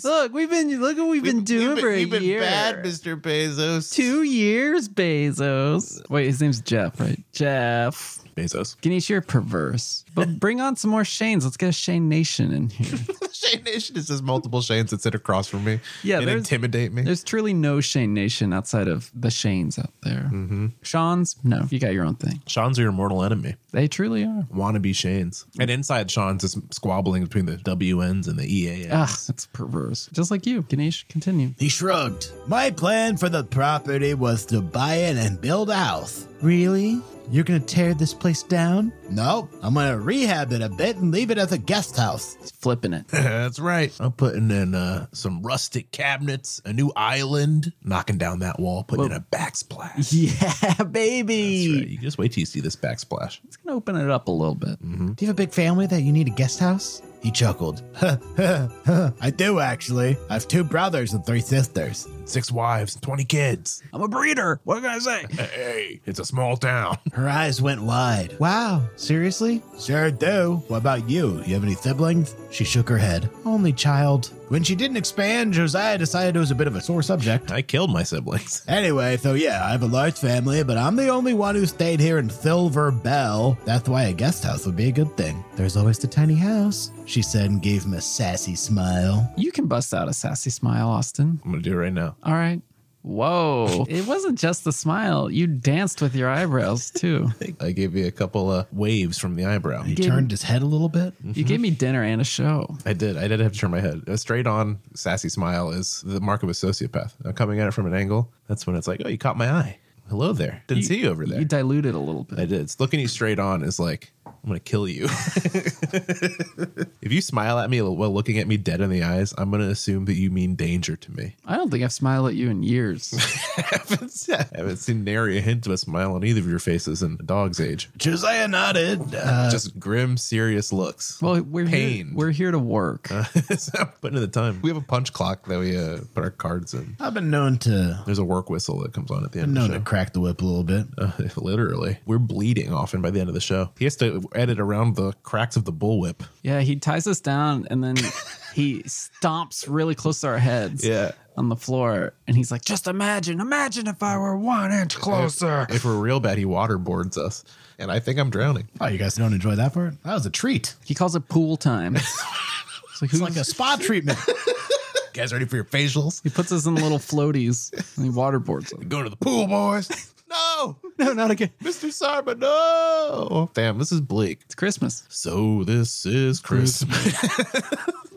C: Look, we've been look what we've been doing
A: You've been-
C: for a
A: you've been
C: year.
A: bad, Mr. Bezos. *laughs*
C: Two years, Bezos. Wait, his name's Jeff, right? Jeff.
A: Bezos.
C: Ganesh, you're perverse. But *laughs* bring on some more Shanes. Let's get a Shane Nation in here.
A: Shane Nation is just multiple Shanes that sit across from me.
C: Yeah,
A: and
C: there's-
A: intimidate me.
C: There's truly no Shane Nation outside of the Shanes out there. Mm-hmm. Sean's, no, you got your own thing.
A: Sean's are your mortal enemy.
C: They truly are.
A: wannabe Shanes. And inside Sean's is squabbling between the WNs and the E EANs.
C: Ugh, that's perverse. Just like you, Ganesh. Continue.
B: He shrugged. My plan for the property was to buy it and build a house. Really?
D: You're gonna tear this place down?
B: No, I'm gonna rehab it a bit and leave it as a guest house.
C: He's flipping it.
A: That's right. I'm putting in uh, some rustic cabinets, a new island, knocking down that wall, putting in a backsplash. *laughs* That's
D: Yeah, baby.
A: right. You just wait till you see this backsplash.
C: He's gonna open it up a little bit.
A: Mm.
D: Do you have a big family that you need a guest house?
B: He chuckled. *laughs* I do actually. I have two brothers and three sisters.
A: Six wives, 20 kids.
C: I'm a breeder. What can I say?
A: Hey, it's a small town.
B: Her eyes went wide.
D: Wow, seriously?
B: Sure do. What about you? You have any siblings? She shook her head.
D: Only child.
B: When she didn't expand, Josiah decided it was a bit of a sore subject.
A: *laughs* I killed my siblings.
B: Anyway, so yeah, I have a large family, but I'm the only one who stayed here in Silver Bell. That's why a guest house would be a good thing,
D: There's always the tiny house.
B: she said and gave him a sassy smile.
C: You can bust out a sassy smile, Austin.
A: I'm going to do it right now.
C: All right.
A: *laughs*
C: Whoa. it wasn't just the smile. You danced with your
A: *laughs*
C: eyebrows too.
A: I gave you a couple uh, waves from the eyebrow.
B: He
C: Did-
B: turned his head a little bit.
C: You gave me dinner and a show.
A: I did. I did have to turn my head. A straight on sassy smile is the mark of a sociopath. Now, coming at it from an angle, that's when it's like, oh, you caught my eye. Hello there. Didn't see you over there.
C: You diluted a little bit.
A: I did. It's looking you straight on is like, I'm going to kill you. *laughs* if you smile at me while looking at me dead in the eyes, I'm going to assume that you mean danger to me. *laughs*
C: I don't think I've smiled at you in years.
A: I haven't, I haven't seen nary a hint of a smile on either of your faces in a dog's age.
B: Josiah nodded. Uh,
A: Just grim, serious looks. *laughs*
C: Well, we're here,
A: Pained. Uh-huh.
C: we're here to work.
A: So I'm putting in the time. We have a punch clock that we uh, put our cards in.
B: I've been known to
A: There's a work whistle that comes on at the end.
B: been
A: of
B: known
A: the
B: to
A: *laughs* show. Uh,
B: crack the whip a little bit.
A: Literally, we're bleeding often by the end of the show. He has to edit around the cracks of the bullwhip.
C: yeah, he ties us down and then he stomps really close to our heads
A: Yeah.
C: on the floor and he's like, "Just imagine, imagine if I were one inch closer."
A: If we're real bad, he waterboards us, and I think I'm drowning.
B: Oh, you guys don't enjoy that part? That was a treat.
C: He calls it pool time. It's like,
B: It's
C: who's-
B: like a spa treatment.
A: guys, ready for your facials?
C: he puts us in little floaties and he waterboards us.
A: Go to the pool, boys. *laughs* no,
D: No, not again.
A: Mr. Sarba, no. Damn, this is bleak.
C: It's Christmas.
A: So this is Christmas.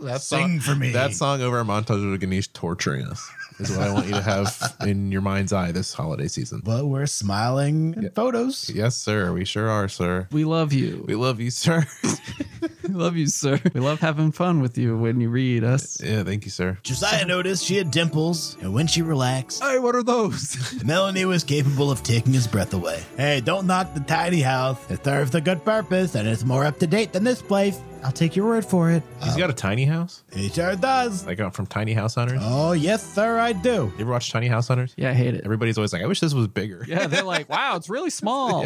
A: that
B: Sing for me.
A: That song over a montage of Ganesh torturing us is what I want you to *laughs* have in your mind's eye this holiday season.
B: but we're smiling in photos.
A: Yes, sir. We sure are, sir.
C: We love you.
A: We love you, sir. *laughs*
C: We love you, sir. We love having fun with you when you read us.
A: yeah, thank you, sir.
B: Josiah noticed she had dimples, and when she relaxed,
C: Hey, what are those?
B: Melanie was capable of taking his breath away. Hey, don't knock the tiny house. It serves a good purpose, and it's more up to date than this place.
D: I'll take your word for it.
A: He's got a tiny house.
B: It sure does.
A: Like uh, from Tiny House Hunters.
B: Oh, yes, sir, I do.
A: You ever watch Tiny House Hunters?
C: yeah, I hate it.
A: Everybody's always like, I wish this was bigger.
C: Yeah, they're like, wow, it's really small.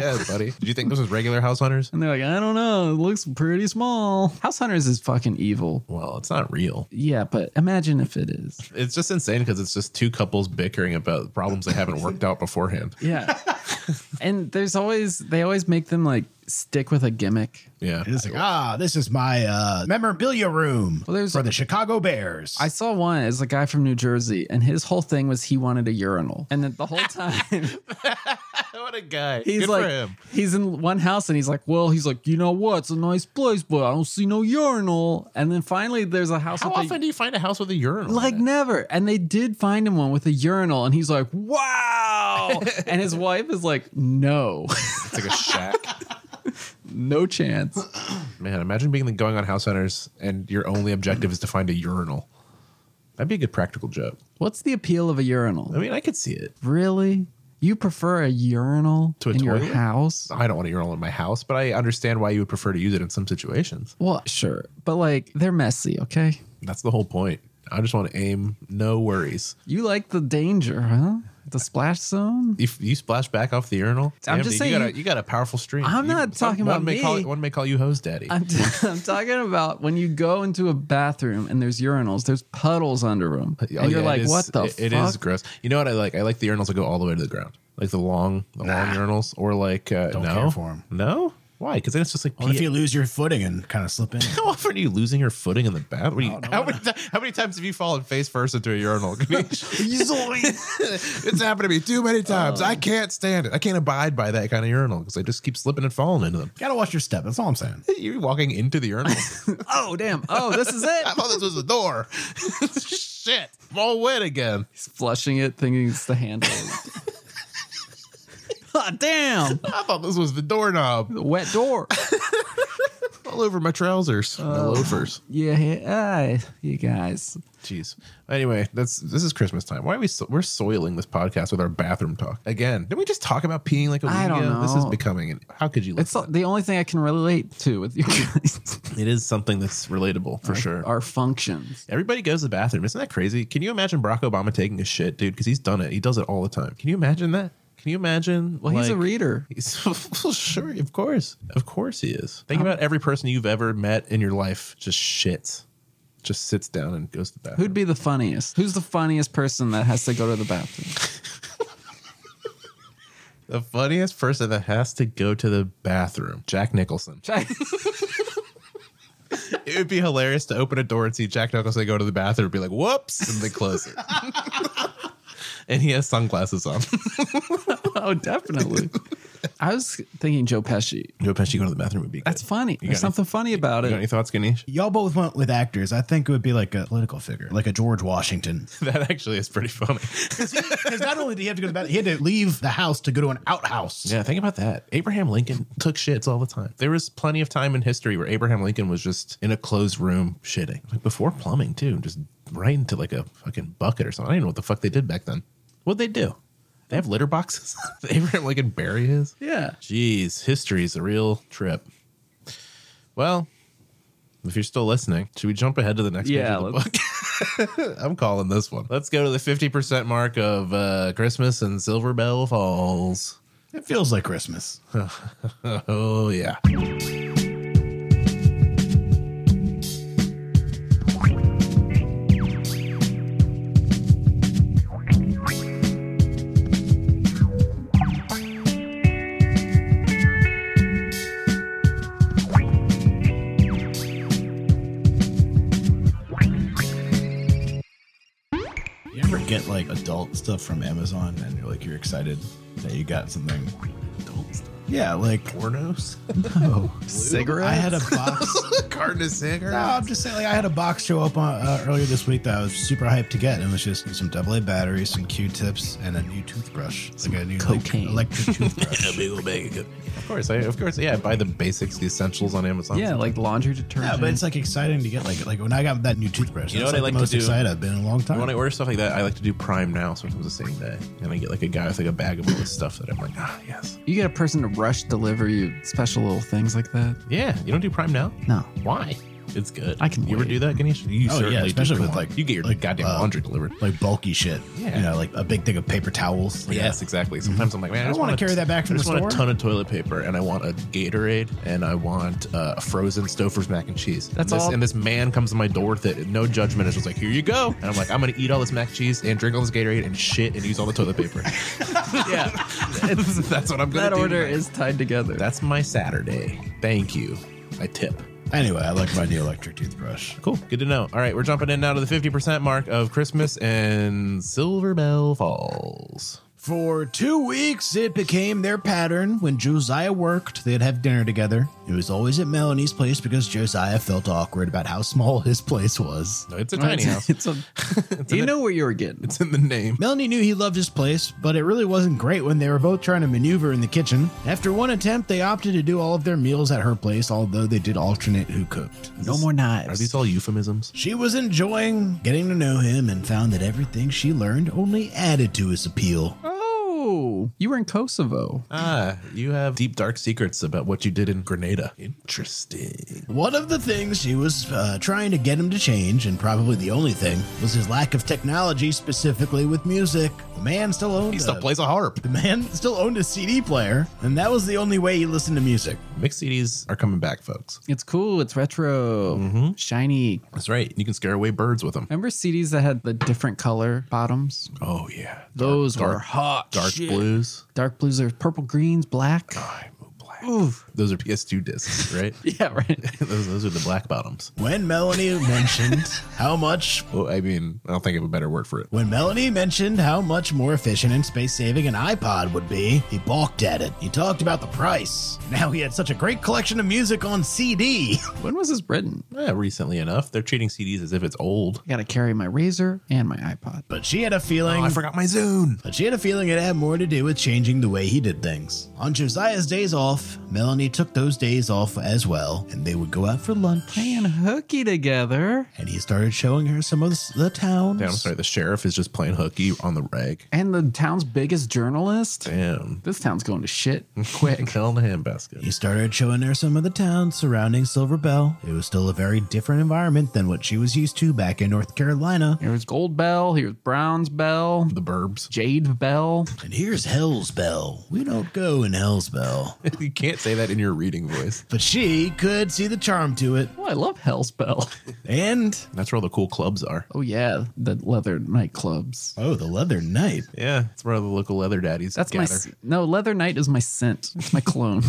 A: *laughs* yeah buddy. Did you think this was regular House Hunters?
C: And they're like, I don't know. It looks pretty small. House Hunters is fucking evil.
A: Well, it's not real.
C: Yeah, but imagine if it is.
A: It's just insane because it's just two couples bickering about problems they haven't worked
C: *laughs*
A: out beforehand.
C: Yeah. and there's always, they always make them like stick with a gimmick.
A: Yeah.
B: It's like, ah, this is my uh, memorabilia room
C: Well, there's-
B: for the Chicago Bears.
C: I saw one as a guy from New Jersey, and his whole thing was he wanted a urinal. And then the whole time
A: *laughs* what a guy.
C: *laughs* he's
A: Good
C: like,
A: for him.
C: he's in one house and he's like, well, he's like, you know what? It's a nice place, but I don't see no urinal. And then finally, there's a house.
A: How
C: with a-
A: often do you find a house with a urinal? in
C: Like *laughs*
A: it?
C: never. And they did find him one with a urinal, and he's like, *laughs* wow. and his wife is like, no, *laughs*
A: it's like a shack.
C: no chance.
A: Man, imagine being going on House Hunters and your only objective is to find a urinal. That'd be a good practical joke.
C: What's the appeal of a
A: I
C: urinal?
A: mean, I could see it.
C: Really? You prefer a urinal
A: To a
C: in your
A: toilet?
C: house?
A: I don't want a urinal in my house, but I understand why you would prefer to use it in some situations.
C: Well, sure. But like, they're messy, okay?
A: That's the whole point. I just want to aim, no worries.
C: You like the danger, huh? The splash zone?
A: If you splash back off the urinal,
C: I'm
A: damn,
C: just
A: dude,
C: saying-
A: you got, a, you got a powerful stream.
C: I'm
A: You-
C: not talking
A: one
C: about
A: may Call,
C: me.
A: one may call you hose daddy.
C: I'm, t- *laughs* I'm talking about when you go into a bathroom and there's urinals, there's puddles under them. And
A: Oh,
C: you're
A: yeah, it
C: like,
A: is-
C: what the
A: it-
C: fuck?
A: It is gross. You know what I like? I like the urinals that go all the way to the ground, like the long, the long urinals, or like uh,
B: Don't
A: no,
B: care for 'em.
A: no. Why? Because then it's just like
C: Oh,
B: What if
A: pee-
B: you lose your footing and kind of slip
A: *laughs*
B: in?
A: How often are you losing your footing in the bath? What are you-
C: Oh,
A: how, many ti- how many times have you fallen face first into a
C: *laughs*
A: urinal? *laughs* it's happened to me too many times.
C: Oh.
A: I can't stand it. I can't abide by that kind of urinal because I just keep slipping and falling into them. *laughs*
B: Gotta watch your step. That's all I'm saying.
A: You're walking into the
C: *laughs*
A: urinal.
C: Oh, damn. Oh, this
A: *laughs*
C: is it.
A: I thought this was the door. Shit, I'm all wet again. *laughs*
C: *laughs* He's flushing it, thinking it's the handle. God Ah, damn!
A: I thought this was the doorknob
C: The wet door.
A: all over my trousers, my loafers.
C: Yeah, hey, aye, you guys.
A: Jeez. Anyway, that's this is Christmas time. Why are we so, we're soiling this podcast with our bathroom talk again? Did we just talk about peeing like a week
C: I don't
A: ago? This is
C: know.
A: becoming. An, how could you?
C: It's
A: It's
C: the only thing I can relate to with you guys. *laughs*
A: it is something that's relatable for sure.
C: Our functions.
A: Everybody goes to the bathroom. Isn't that crazy? Can you imagine Barack Obama taking a shit, dude? Because he's done it. He does it all the time. Can you imagine that? Can you imagine?
C: Well, he's a
A: like-
C: reader.
A: He's *laughs* well, sure, of course, of course he is. Think about every person you've ever met in your life. Just shits, just sits down and goes to the bathroom.
C: Who'd be the funniest? Who's the funniest person that has to go to the bathroom? *laughs*
A: The funniest person that has to go to the bathroom, Jack Nicholson.
C: Jack-
A: It would be hilarious to open a door and see Jack Nicholson go to the bathroom and be like, whoops, and then close *laughs* it. and he has sunglasses on. *laughs*
C: oh, definitely. I was thinking Joe Pesci.
A: Joe Pesci go to the bathroom would be good.
C: That's funny.
A: You got
C: There's
A: any-
C: something funny about
A: You got any
C: it.
A: thoughts, Ganesh?
B: Y'all both went with actors. I think it would be like a political figure, like a George *laughs* Washington.
A: *laughs* That actually is pretty funny.
B: Because not only did he have to go to the bathroom, he had to leave the house to go to an outhouse.
A: Yeah, think about that. Abraham Lincoln took shits all the time. There was plenty of time in history where Abraham Lincoln was just in a closed room shitting, like before plumbing too, just right into like a fucking bucket or something. I didn't know what the fuck they did back then. What'd they do? They have litter boxes. *laughs* Did Abraham Lincoln bury his.
C: Yeah.
A: Jeez, history is a real trip. Well, if you're still listening, should we jump ahead to the next
C: Yeah,
A: page of the book? *laughs* I'm calling this one. Let's go to the 50% mark of uh, Christmas and Silver Bell Falls.
B: It feels like Christmas.
A: Oh, yeah.
B: You ever get like adult stuff from Amazon and you're like, you're excited that you got something?
A: Adult stuff.
B: Yeah, like,
A: Pornos? *laughs*
B: oh.
C: Cigarette.
B: I had a *laughs* box.
A: Carton of cigarettes?
B: No, I'm just saying, like, I had a box show up on, uh, earlier this week that I was super hyped to get. And it was just some AA batteries, some Q-tips, and a new toothbrush. It's like a new elect-
C: cocaine.
B: electric
A: A
B: toothbrush.
A: big old bag of- Of course, I, of course, yeah. I buy the basics, the essentials on Amazon.
C: Yeah, like laundry detergent.
B: yeah, but it's like exciting to get like like when I got that new toothbrush.
A: You know
B: that's,
A: what I
B: like,
A: like
B: the
A: to
B: most
A: do?
B: excited I've been in a long time.
A: When I order stuff like that, I like to do Prime now, sometimes the same day, and I get like a guy with like a bag of all this stuff that I'm like, ah, yes,
C: you get a person to rush deliver you special little things like that.
A: yeah. You don't do Prime now?
C: No.
A: Why? It's good.
C: I can
A: You ever
C: wait.
A: do that, Ganesh? You
B: Oh, yeah,
A: certainly do.
B: especially
A: Come
B: with,
A: on.
B: like-
A: you get your
B: like,
A: goddamn
B: uh,
A: laundry delivered.
B: like bulky shit.
A: Yeah.
B: You know, like a big thing of paper towels. Like,
A: Yes, exactly. Sometimes I'm like, man, I, just
B: wanna
A: want a
B: carry that back
A: I
B: from
A: just
B: the
A: want a
B: store.
A: ton of toilet paper, and I want a Gatorade, and I want uh, a frozen Stouffer's mac and cheese.
C: That's
A: and this,
C: all-
A: And this man comes to my door with it, no judgment. It's just like, here you go. And I'm like, I'm gonna eat all this mac and cheese and drink all this Gatorade and shit and use all the toilet paper. yeah, *laughs* that's what I'm gonna
C: That
A: do.
C: order
A: tonight.
C: is tied together.
A: That's my Saturday. Thank you. I tip.
B: Anyway, I like my new electric toothbrush.
A: Cool. Good to know. All right, we're jumping in now to the 50% mark of Christmas and Silver Bell Falls.
B: For two weeks, it became their pattern. When Josiah worked, they'd have dinner together. It was always at Melanie's place because Josiah felt awkward about how small his place was.
A: No, it's a tiny house.
C: *laughs* It's a,
A: *laughs*
C: you know where you were getting.
A: It's in the name.
B: Melanie knew he loved his place, but it really wasn't great when they were both trying to maneuver in the kitchen. After one attempt, they opted to do all of their meals at her place, although they did alternate who cooked.
C: No more
A: Are
C: knives.
A: these all euphemisms?
B: She was enjoying getting to know him and found that everything she learned only added to his appeal.
C: Oh, you were in Kosovo.
A: Ah, you have deep dark secrets about what you did in Grenada. Interesting.
B: One of the things she was uh, trying to get him to change, and probably the only thing, was his lack of technology, specifically with music. The man still owned
A: He
B: a,
A: still plays a harp.
B: the man *laughs* still owned a CD player, and that was the only way he listened to music.
A: Mixed CDs are coming back, folks.
C: It's cool. It's retro,
A: Mm-hmm.
C: shiny.
A: That's right. You can scare away birds with them.
C: Remember CDs that had the different color bottoms?
A: Oh yeah,
C: Those
A: dark,
C: were hot.
A: dark
C: shit.
A: blues.
C: Dark blues are purple, greens, black.
A: I move black.
C: Oof. *laughs*
A: those are PS2 discs, right?
C: Yeah, right. *laughs*
A: those, those are the black bottoms.
B: When Melanie *laughs* mentioned how much
A: Well, I mean, I don't think of a better word for it.
B: When Melanie mentioned how much more efficient and space saving an iPod would be, he balked at it. He talked about the price. Now he had such a great collection of music on CD.
C: When was this written?
A: Eh, recently enough, they're treating CDs as if it's old.
C: I gotta carry my razor and my
B: *laughs*
C: iPod.
B: But she had a feeling.
A: Oh, I forgot my Zune.
B: but she had a feeling it had more to do with changing the way he did things. On Josiah's days off, Melanie took those days off as well, and they would go out for lunch.
C: Playing hooky together.
B: And he started showing her some of the, the towns.
A: Damn, I'm sorry. The sheriff is just playing hooky on the rag.
C: And the town's biggest journalist.
A: Damn.
C: This town's going to shit
A: *laughs*
C: quick.
A: Hell in a handbasket.
B: He started showing her some of the towns surrounding Silver Bell. It was still a very different environment than what she was used to back in North Carolina.
C: Here's Gold Bell. Here's Brown's Bell.
A: The burbs.
C: Jade Bell.
B: And here's Hell's Bell. We don't go in Hell's Bell.
A: you can't say that in your reading voice.
B: But she could see the charm to it.
C: Oh, I love Hell's Bell. *laughs*
B: And
A: That's where all the cool clubs are.
C: Oh yeah, the leather nightclubs.
B: oh, the leather knife.
A: Yeah, it's where all the local leather daddies
C: That's my
A: gather.
C: s- no leather knight is my scent. It's my clone.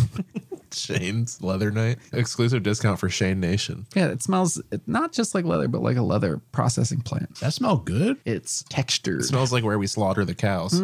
A: Shane's Leather Night. Exclusive discount for Shane Nation.
C: yeah, it smells not just like leather, but like a leather processing plant.
B: That smell good.
C: It's textured,
A: It smells like where we slaughter the cows.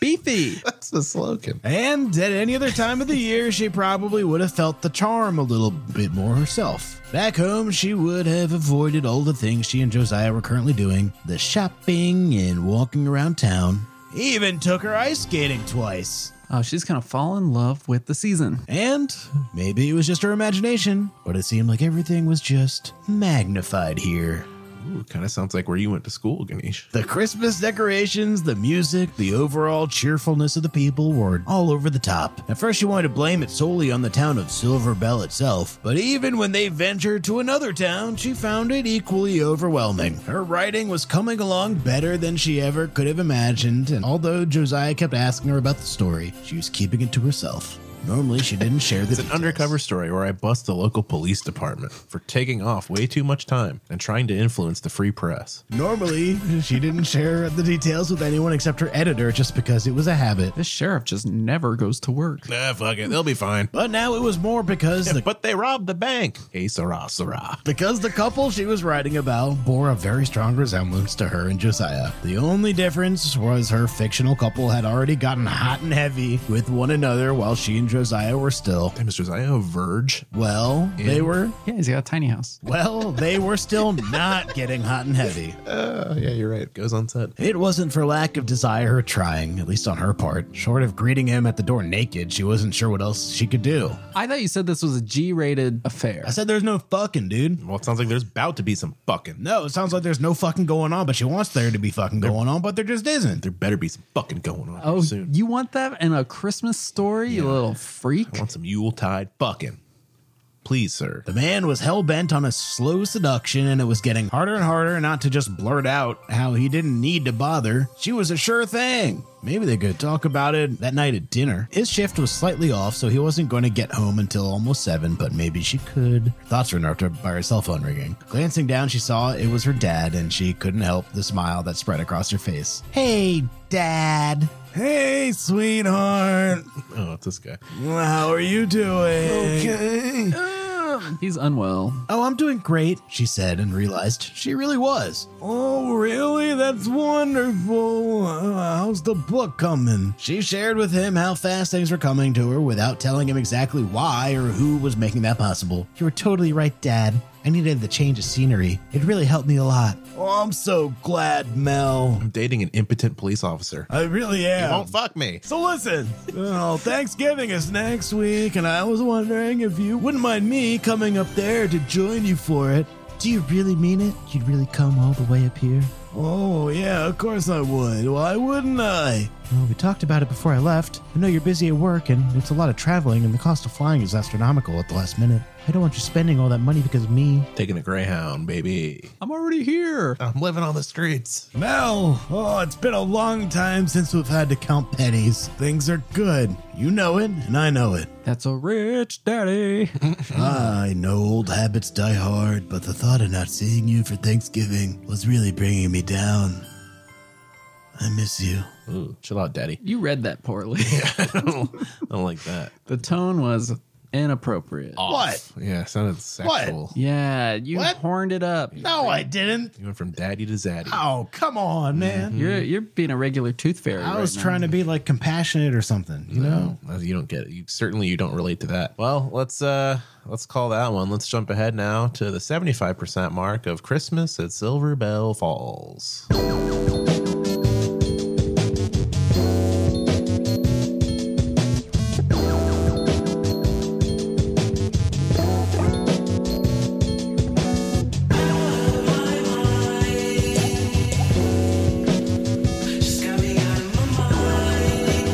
C: beefy.
A: *laughs* That's the slogan.
B: And at any other time of the year, she probably would have felt the charm a little bit more herself. Back home, she would have avoided all the things she and Josiah were currently doing the shopping and walking around town. He even took her ice skating twice.
C: *laughs* Oh, she's gonna fall in love with the season.
B: And maybe it was just her imagination, but it seemed like everything was just magnified here.
A: Ooh, kind of sounds like where you went to school, Ganesh.
B: The Christmas decorations, the music, the overall cheerfulness of the people were all over the top. At first, she wanted to blame it solely on the town of Silver Bell itself, but even when they ventured to another town, she found it equally overwhelming. Her writing was coming along better than she ever could have imagined, and although Josiah kept asking her about the story, she was keeping it to herself. Normally, she didn't share the
A: It's an
B: details.
A: undercover story where I bust the local police department for taking off way too much time and trying to influence the free press.
B: Normally, she didn't share the details with anyone except her editor just because it was a habit.
C: This sheriff just never goes to work.
A: Nah, fuck it. They'll be fine.
B: But now it was more because the
A: But they robbed the bank. Hey, Sarah, Sarah.
B: Because the couple she was writing about bore a very strong resemblance to her and Josiah. The only difference was her fictional couple had already gotten hot and heavy with one another while she and Josiah were still,
A: Hey, Mr. Zio, Verge.
B: well, they were,
C: Yeah, he's got a tiny house.
B: well, they were still not getting hot and heavy.
A: Oh, yeah, you're right. Goes on set.
B: It wasn't for lack of desire or trying, at least on her part. Short of greeting him at the door naked, she wasn't sure what else she could do.
C: I thought you said this was a G-rated affair.
B: I said, There's no fucking, dude.
A: Well, it sounds like there's about to be some fucking.
B: No, it sounds like there's no fucking going on, but she wants there to be fucking going on, but there just isn't.
A: There better be some fucking going on
C: Oh,
A: here soon.
C: you want that in a Christmas story, you little freak?
A: I want some Yuletide fucking. Please, sir.
B: The man was hell bent on a slow seduction, and it was getting harder and harder not to just blurt out how he didn't need to bother. She was a sure thing. Maybe they could talk about it that night at dinner. His shift was slightly off, so he wasn't going to get home until almost seven, but maybe she could. Her thoughts were interrupted by her cell phone ringing. Glancing down, she saw it was her dad, and she couldn't help the smile that spread across her face. Hey, dad. Hey, sweetheart.
A: Oh, it's this guy.
B: How are you doing?
A: Okay.
C: He's unwell.
B: Oh, I'm doing great, she said and realized she really was. Oh, really? That's wonderful. Uh, how's the book coming? She shared with him how fast things were coming to her without telling him exactly why or who was making that possible. You were totally right, Dad. I needed the change of scenery. It really helped me a lot. Oh, I'm so glad, Mel.
A: I'm dating an impotent police officer.
B: I really am.
A: He won't fuck me.
B: So listen, oh, Thanksgiving is next week, and I was wondering if you wouldn't mind me coming up there to join you for it. Do you really mean it? You'd really come all the way up here? Oh, yeah, of course I would. Why wouldn't I?
D: Well, we talked about it before I left. I know you're busy at work and it's a lot of traveling, and the cost of flying is astronomical at the last minute. I don't want you spending all that money because of me.
A: Taking a Greyhound, baby.
C: I'm already here.
A: I'm living on the streets.
B: Mel, oh, it's been a long time since we've had to count pennies. Things are good. You know it, and I know it.
C: That's a rich
A: *laughs*
C: daddy.
B: I know old habits die hard, but the thought of not seeing you for Thanksgiving was really bringing me down. I miss you.
A: Ooh, chill out, daddy.
C: You read that poorly.
A: I don't, I don't like *laughs* that.
C: the tone was inappropriate.
B: What?
A: Yeah, it sounded sexual.
C: Yeah, you
B: What?
C: horned it up.
B: No, I didn't.
A: You went from daddy to zaddy.
B: Oh, come on, man.
C: You're you're being a regular tooth fairy.
B: I was trying to be like compassionate or something, you know?
A: No, you don't get it. You, certainly, you don't relate to that. Well, let's uh let's call that one. Let's jump ahead now to the seventy five percent mark of Christmas at Silver Bell Falls.
E: She's got me out of my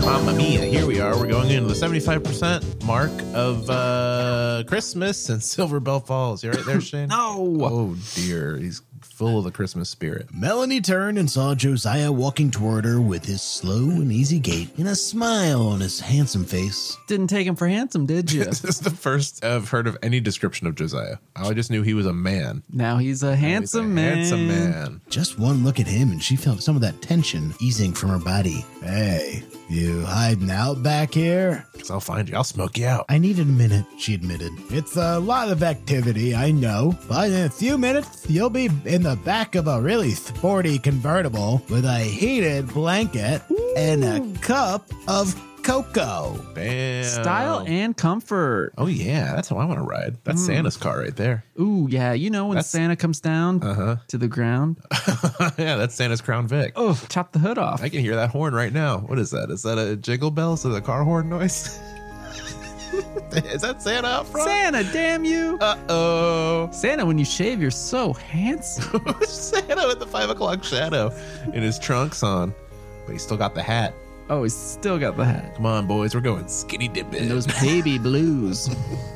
A: Mamma mia! Here we are. We're going into the seventy five percent mark of uh Christmas and *laughs* Silver Bell Falls. You *laughs* right there, Shane?
C: No.
A: Oh dear, he's full of the Christmas spirit.
B: Melanie turned and saw Josiah walking toward her with his slow and easy gait and a smile on his handsome face.
C: Didn't take him for handsome, did *laughs*
A: *laughs*
C: you?
A: This is the first I've heard of any description of Josiah. I just knew he was a man.
C: now he's a
A: He's a
C: handsome man.
A: Handsome man.
B: Just one look at him, and she felt some of that tension easing from her body. Hey, you hiding out back here?
A: 'Cause I'll find you. I'll smoke you out.
B: I needed a minute, she admitted. It's a lot of activity, I know, but in a few minutes, you'll be in the back of a really sporty convertible with a heated blanket and a cup of cocoa.
A: Bam.
C: Style and Hmm. comfort.
A: Oh yeah, that's how I want to ride. That's Santa's car right there.
C: Ooh, yeah. You know when
A: That's-
C: Santa comes down to the ground?
A: *laughs* yeah, that's Santa's Crown Vic.
C: Oh, chop the hood off.
A: I can hear that horn right now. What is that? Is that a jingle bell? Is that a car horn noise? *laughs* is that Santa out front?
C: *laughs* Santa, damn you.
A: Uh *laughs* oh.
C: Santa, when you shave, you're so handsome.
A: Santa with the five o'clock shadow and his trunks on, but he's still got the hat.
C: oh, he's still got the hat.
A: Come on, boys, we're going skinny dipping.
C: And those *laughs* baby blues.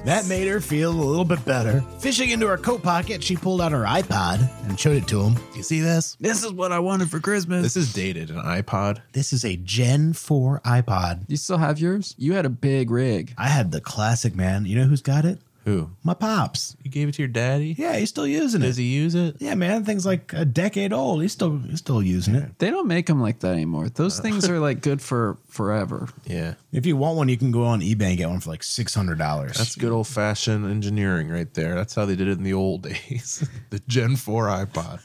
B: That made her feel a little bit better. Fishing into her coat pocket, she pulled out her iPod and showed it to him.
A: you see this?
C: this is what I wanted for Christmas.
A: This is dated. An iPod.
B: This is a Gen 4 iPod.
C: you still have yours? You had a big rig.
B: I had the classic, man. You know who's got it?
A: Who?
B: My pops.
A: You gave it to your daddy?
B: Yeah, he's still using
A: Does
B: it.
A: he use it?
B: Yeah, man, that thing's like a decade old. He's still he's still using it.
C: They don't make them like that anymore. Those things are like good for forever.
A: Yeah.
B: If you want one, you can go on eBay and get one for like six hundred dollars.
A: That's good old fashioned engineering right there. That's how they did it in the old *laughs* days. the Gen 4 *laughs* iPod.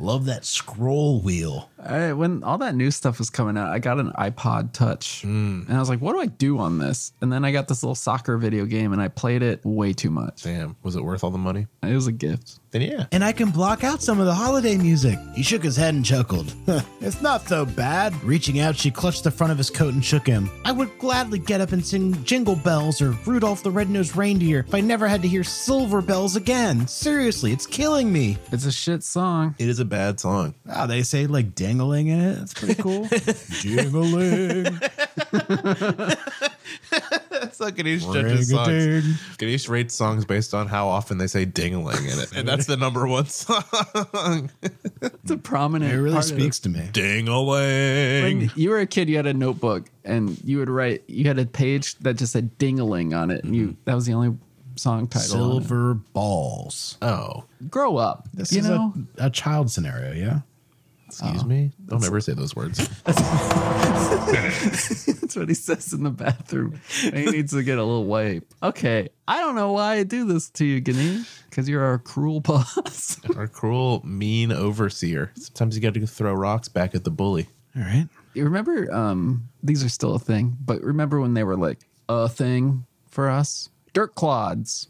B: Love that scroll wheel.
C: I, when all that new stuff was coming out, I got an iPod Touch,
B: Hmm.
C: and I was like, "What do I do on this?" And then I got this little soccer video game, and I played it way too much.
A: Damn, was it worth all the money?
C: It was a gift.
A: Then yeah.
B: And I can block out some of the holiday music. He shook his head and chuckled. *laughs* it's not so bad. Reaching out, she clutched the front of his coat and shook him. I would gladly get up and sing Jingle Bells or Rudolph the Red-Nosed Reindeer if I never had to hear Silver Bells again. Seriously, it's killing me.
C: It's a shit song.
A: It is a bad song.
B: Oh, they say like dangling in it. That's pretty
C: *laughs*
B: cool. dangling.
A: That's how Ganesh judges songs. Ganesh rates songs based on how often they say dingling in it. And that's the number one *laughs* song.
C: It's a prominent.
B: It really
C: part of
B: speaks to me.
A: ding
C: When you were a kid, you had a notebook, and you would write. You had a page that just said "dingaling" on it, and you that was the only song title. on it.
B: Mm-hmm. Silver Balls.
A: Oh,
C: Grow up.
B: This
C: you
B: is
C: know, *laughs*
B: a, a child scenario, yeah?
C: Oh.
A: excuse me. Don't ever say those *laughs* words.
C: That's what he says in the
B: *laughs*
C: bathroom. And he needs to get a little wipe. Okay. I don't know why I do this to you, Ganesh, because you're our cruel boss.
A: Our cruel, mean overseer. Sometimes you got to throw rocks back at the bully.
B: All right.
C: you remember, um, these are still a thing, but remember when they were like a thing for us? Dirt clods.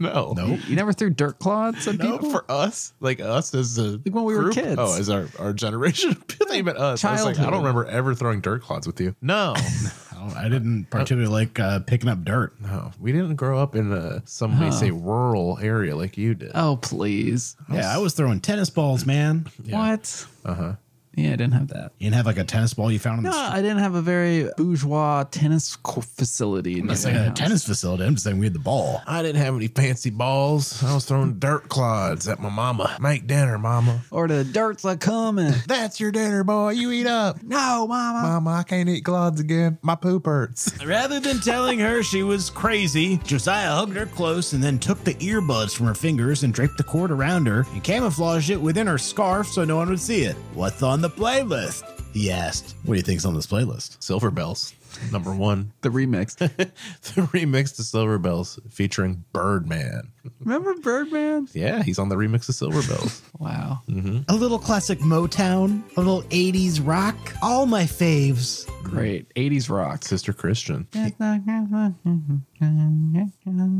A: No.
B: No.
C: You never threw dirt clods
A: *laughs*
C: at
A: No,
C: people?
A: for us, like us as a
C: Like when we were
A: group?
C: kids.
A: Oh, as our, our generation. *laughs* I thought you meant us. I was like, I
C: Childhood.
A: don't remember ever throwing dirt clods with you. *laughs* No,
B: I, don't- I didn't particularly like uh, picking up dirt.
A: no, we didn't grow up in a some may say rural area like you did.
C: oh, please.
B: Yeah, I was throwing tennis balls, man.
A: Yeah.
D: Uh-huh.
C: What? Yeah, I didn't have that.
B: You didn't have like a tennis ball you found in
C: No,
B: the street.
C: I didn't have a very bourgeois tennis co- facility. In my
B: It's like a
D: uh,
C: house.
B: uh, tennis facility. I'm just saying we had the ball.
A: I didn't have any fancy balls. I was throwing dirt clods at my mama. Make dinner, mama.
C: Or the dirt's a
D: *laughs*
C: coming.
A: That's your dinner, boy. You eat up.
C: No, mama.
A: Mama, I can't eat clods again. My poop hurts.
B: Rather than telling her she was crazy, Josiah hugged her close and then took the earbuds from her fingers and draped the cord around her and camouflaged it within her scarf so no one would see it. What's on the playlist? He asked. What do you think's on this playlist?
A: Silver Bells, number one. *laughs*
C: The
D: *laughs*
C: remix.
A: the remix to Silver Bells featuring Birdman.
C: Remember Birdman?
A: Yeah, he's on the remix of Silver Bells. *laughs*
C: Wow.
D: A little classic Motown, a little 80s rock, all my faves.
C: Great. 80s rock.
A: Sister Christian.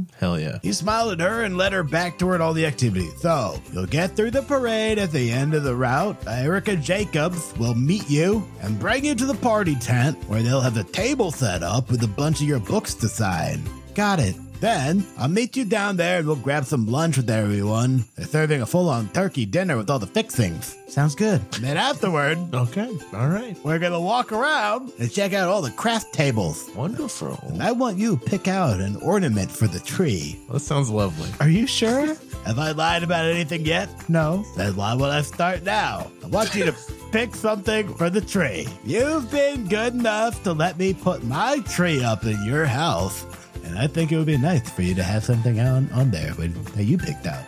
C: *laughs*
A: Hell yeah.
B: He smiled at her and led her back toward all the activity. So, you'll get through the parade at the end of the route. Erica Jacobs will meet you and bring you to the party tent where they'll have a table set up with a bunch of your books to sign. Got it. Then, I'll meet you down there and we'll grab some lunch with everyone. They're serving a full on turkey dinner with all the fixings.
D: Sounds good.
B: And then afterward,
A: Okay. All right.
B: we're gonna walk around and check out all the craft tables.
A: Wonderful.
B: And I want you to pick out an ornament for the tree.
A: That sounds lovely. *laughs*
D: Are
C: *laughs*
D: you sure?
B: Have I lied about anything yet?
D: No.
B: Then why would I start now? I want you to pick something for the tree. You've been good enough to let me put my tree up in your house. And I think it would be nice for you to have something on, on there when, that you picked out.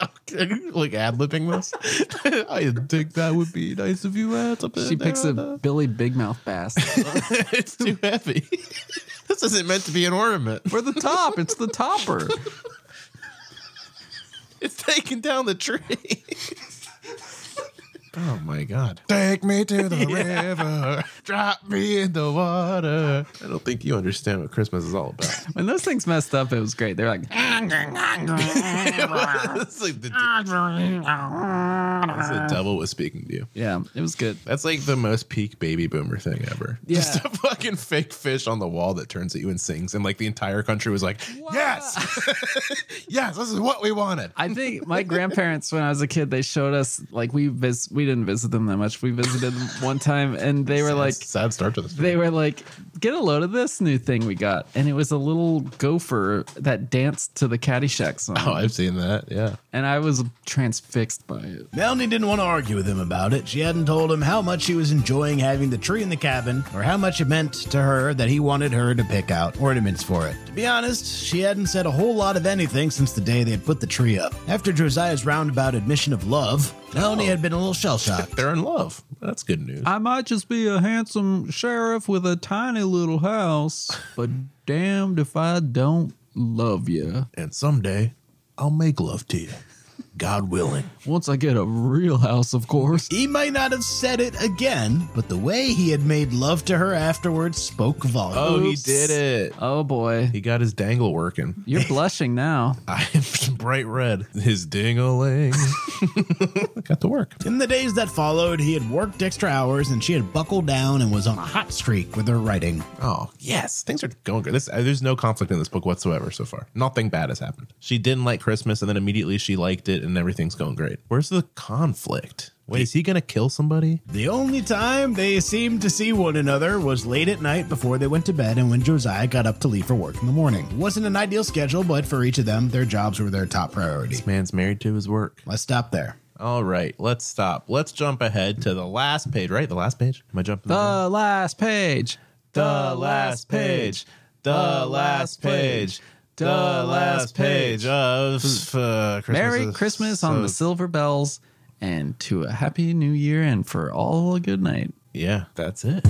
A: Are you, like ad libbing this? *laughs* I think that would be nice if you had something.
C: She picks a
A: *laughs*
C: Billy Big Mouth bass.
A: it's too heavy. *laughs* this isn't meant to be an ornament.
C: For the top, it's the topper.
A: It's taking down the tree. oh my god. Take me to *laughs* the river. Drop me in the water. I don't think you understand what Christmas is all *laughs* about.
C: When those things messed up, it was great. They're
A: *laughs*
C: like, *laughs*
A: it's like the That's the devil was speaking to you.
C: yeah, it was good.
A: That's like the most peak baby boomer thing ever.
C: Yeah.
A: Just a fucking fake fish on the wall that turns at you and sings, and like the entire country was like, "Yes, *laughs* yes, this is what we wanted."
C: I think my grandparents, when I was a kid, they showed us like we vis- we didn't visit them that much. We visited them one time, and they were like,
A: sad start to this.
C: they were like, get a load of this new thing we got, and it was a little gopher that danced to the Caddyshack song,
A: *laughs* Oh, I've seen that. Yeah.
C: and I was transfixed by it.
B: Melanie didn't want to argue with him about it. She hadn't told him how much she was enjoying having the tree in the cabin, or how much it meant to her that he wanted her to pick out ornaments for it. To be honest, she hadn't said a whole lot of anything since the day they had put the tree up. After Josiah's roundabout admission of love, Melanie had been a little shell shocked.
A: They're in love. That's good news.
C: I might just be a handsome sheriff with a tiny little house,
A: *laughs*
C: but damned if I don't love you.
A: and someday I'll make love to you. God willing.
C: Once I get a real house, of course.
B: He might not have said it again, but the way he had made love to her afterwards spoke volumes.
A: Oh, he did it.
C: Oh boy,
A: He got his dangle working. *laughs*
C: you're blushing now.
A: I am bright red. His dingling. *laughs* got to work.
B: In the days that followed, he had worked extra hours and she had buckled down and was on a hot streak with her writing.
A: Oh, yes. Things are going good. This, uh, there's no conflict in this book whatsoever so far. Nothing bad has happened. She didn't like Christmas and then immediately she liked it and everything's going great. Where's the conflict? Wait, is he going to kill somebody?
B: The only time they seemed to see one another was late at night before they went to bed and when Josiah got up to leave for work in the morning. It wasn't an ideal schedule, but for each of them, their jobs were their top priority.
A: Man's married to his work.
B: Let's stop there.
A: All right, let's stop. Let's jump ahead to the last page, right? The last page? Am I jumping?
C: The
A: ahead?
C: last page.
A: The last page. The last page. The last page of uh, Christmas.
C: Merry
A: is-
C: Christmas on the
A: so-
C: silver bells, and to a happy new year, and for all a good night.
A: Yeah, that's it.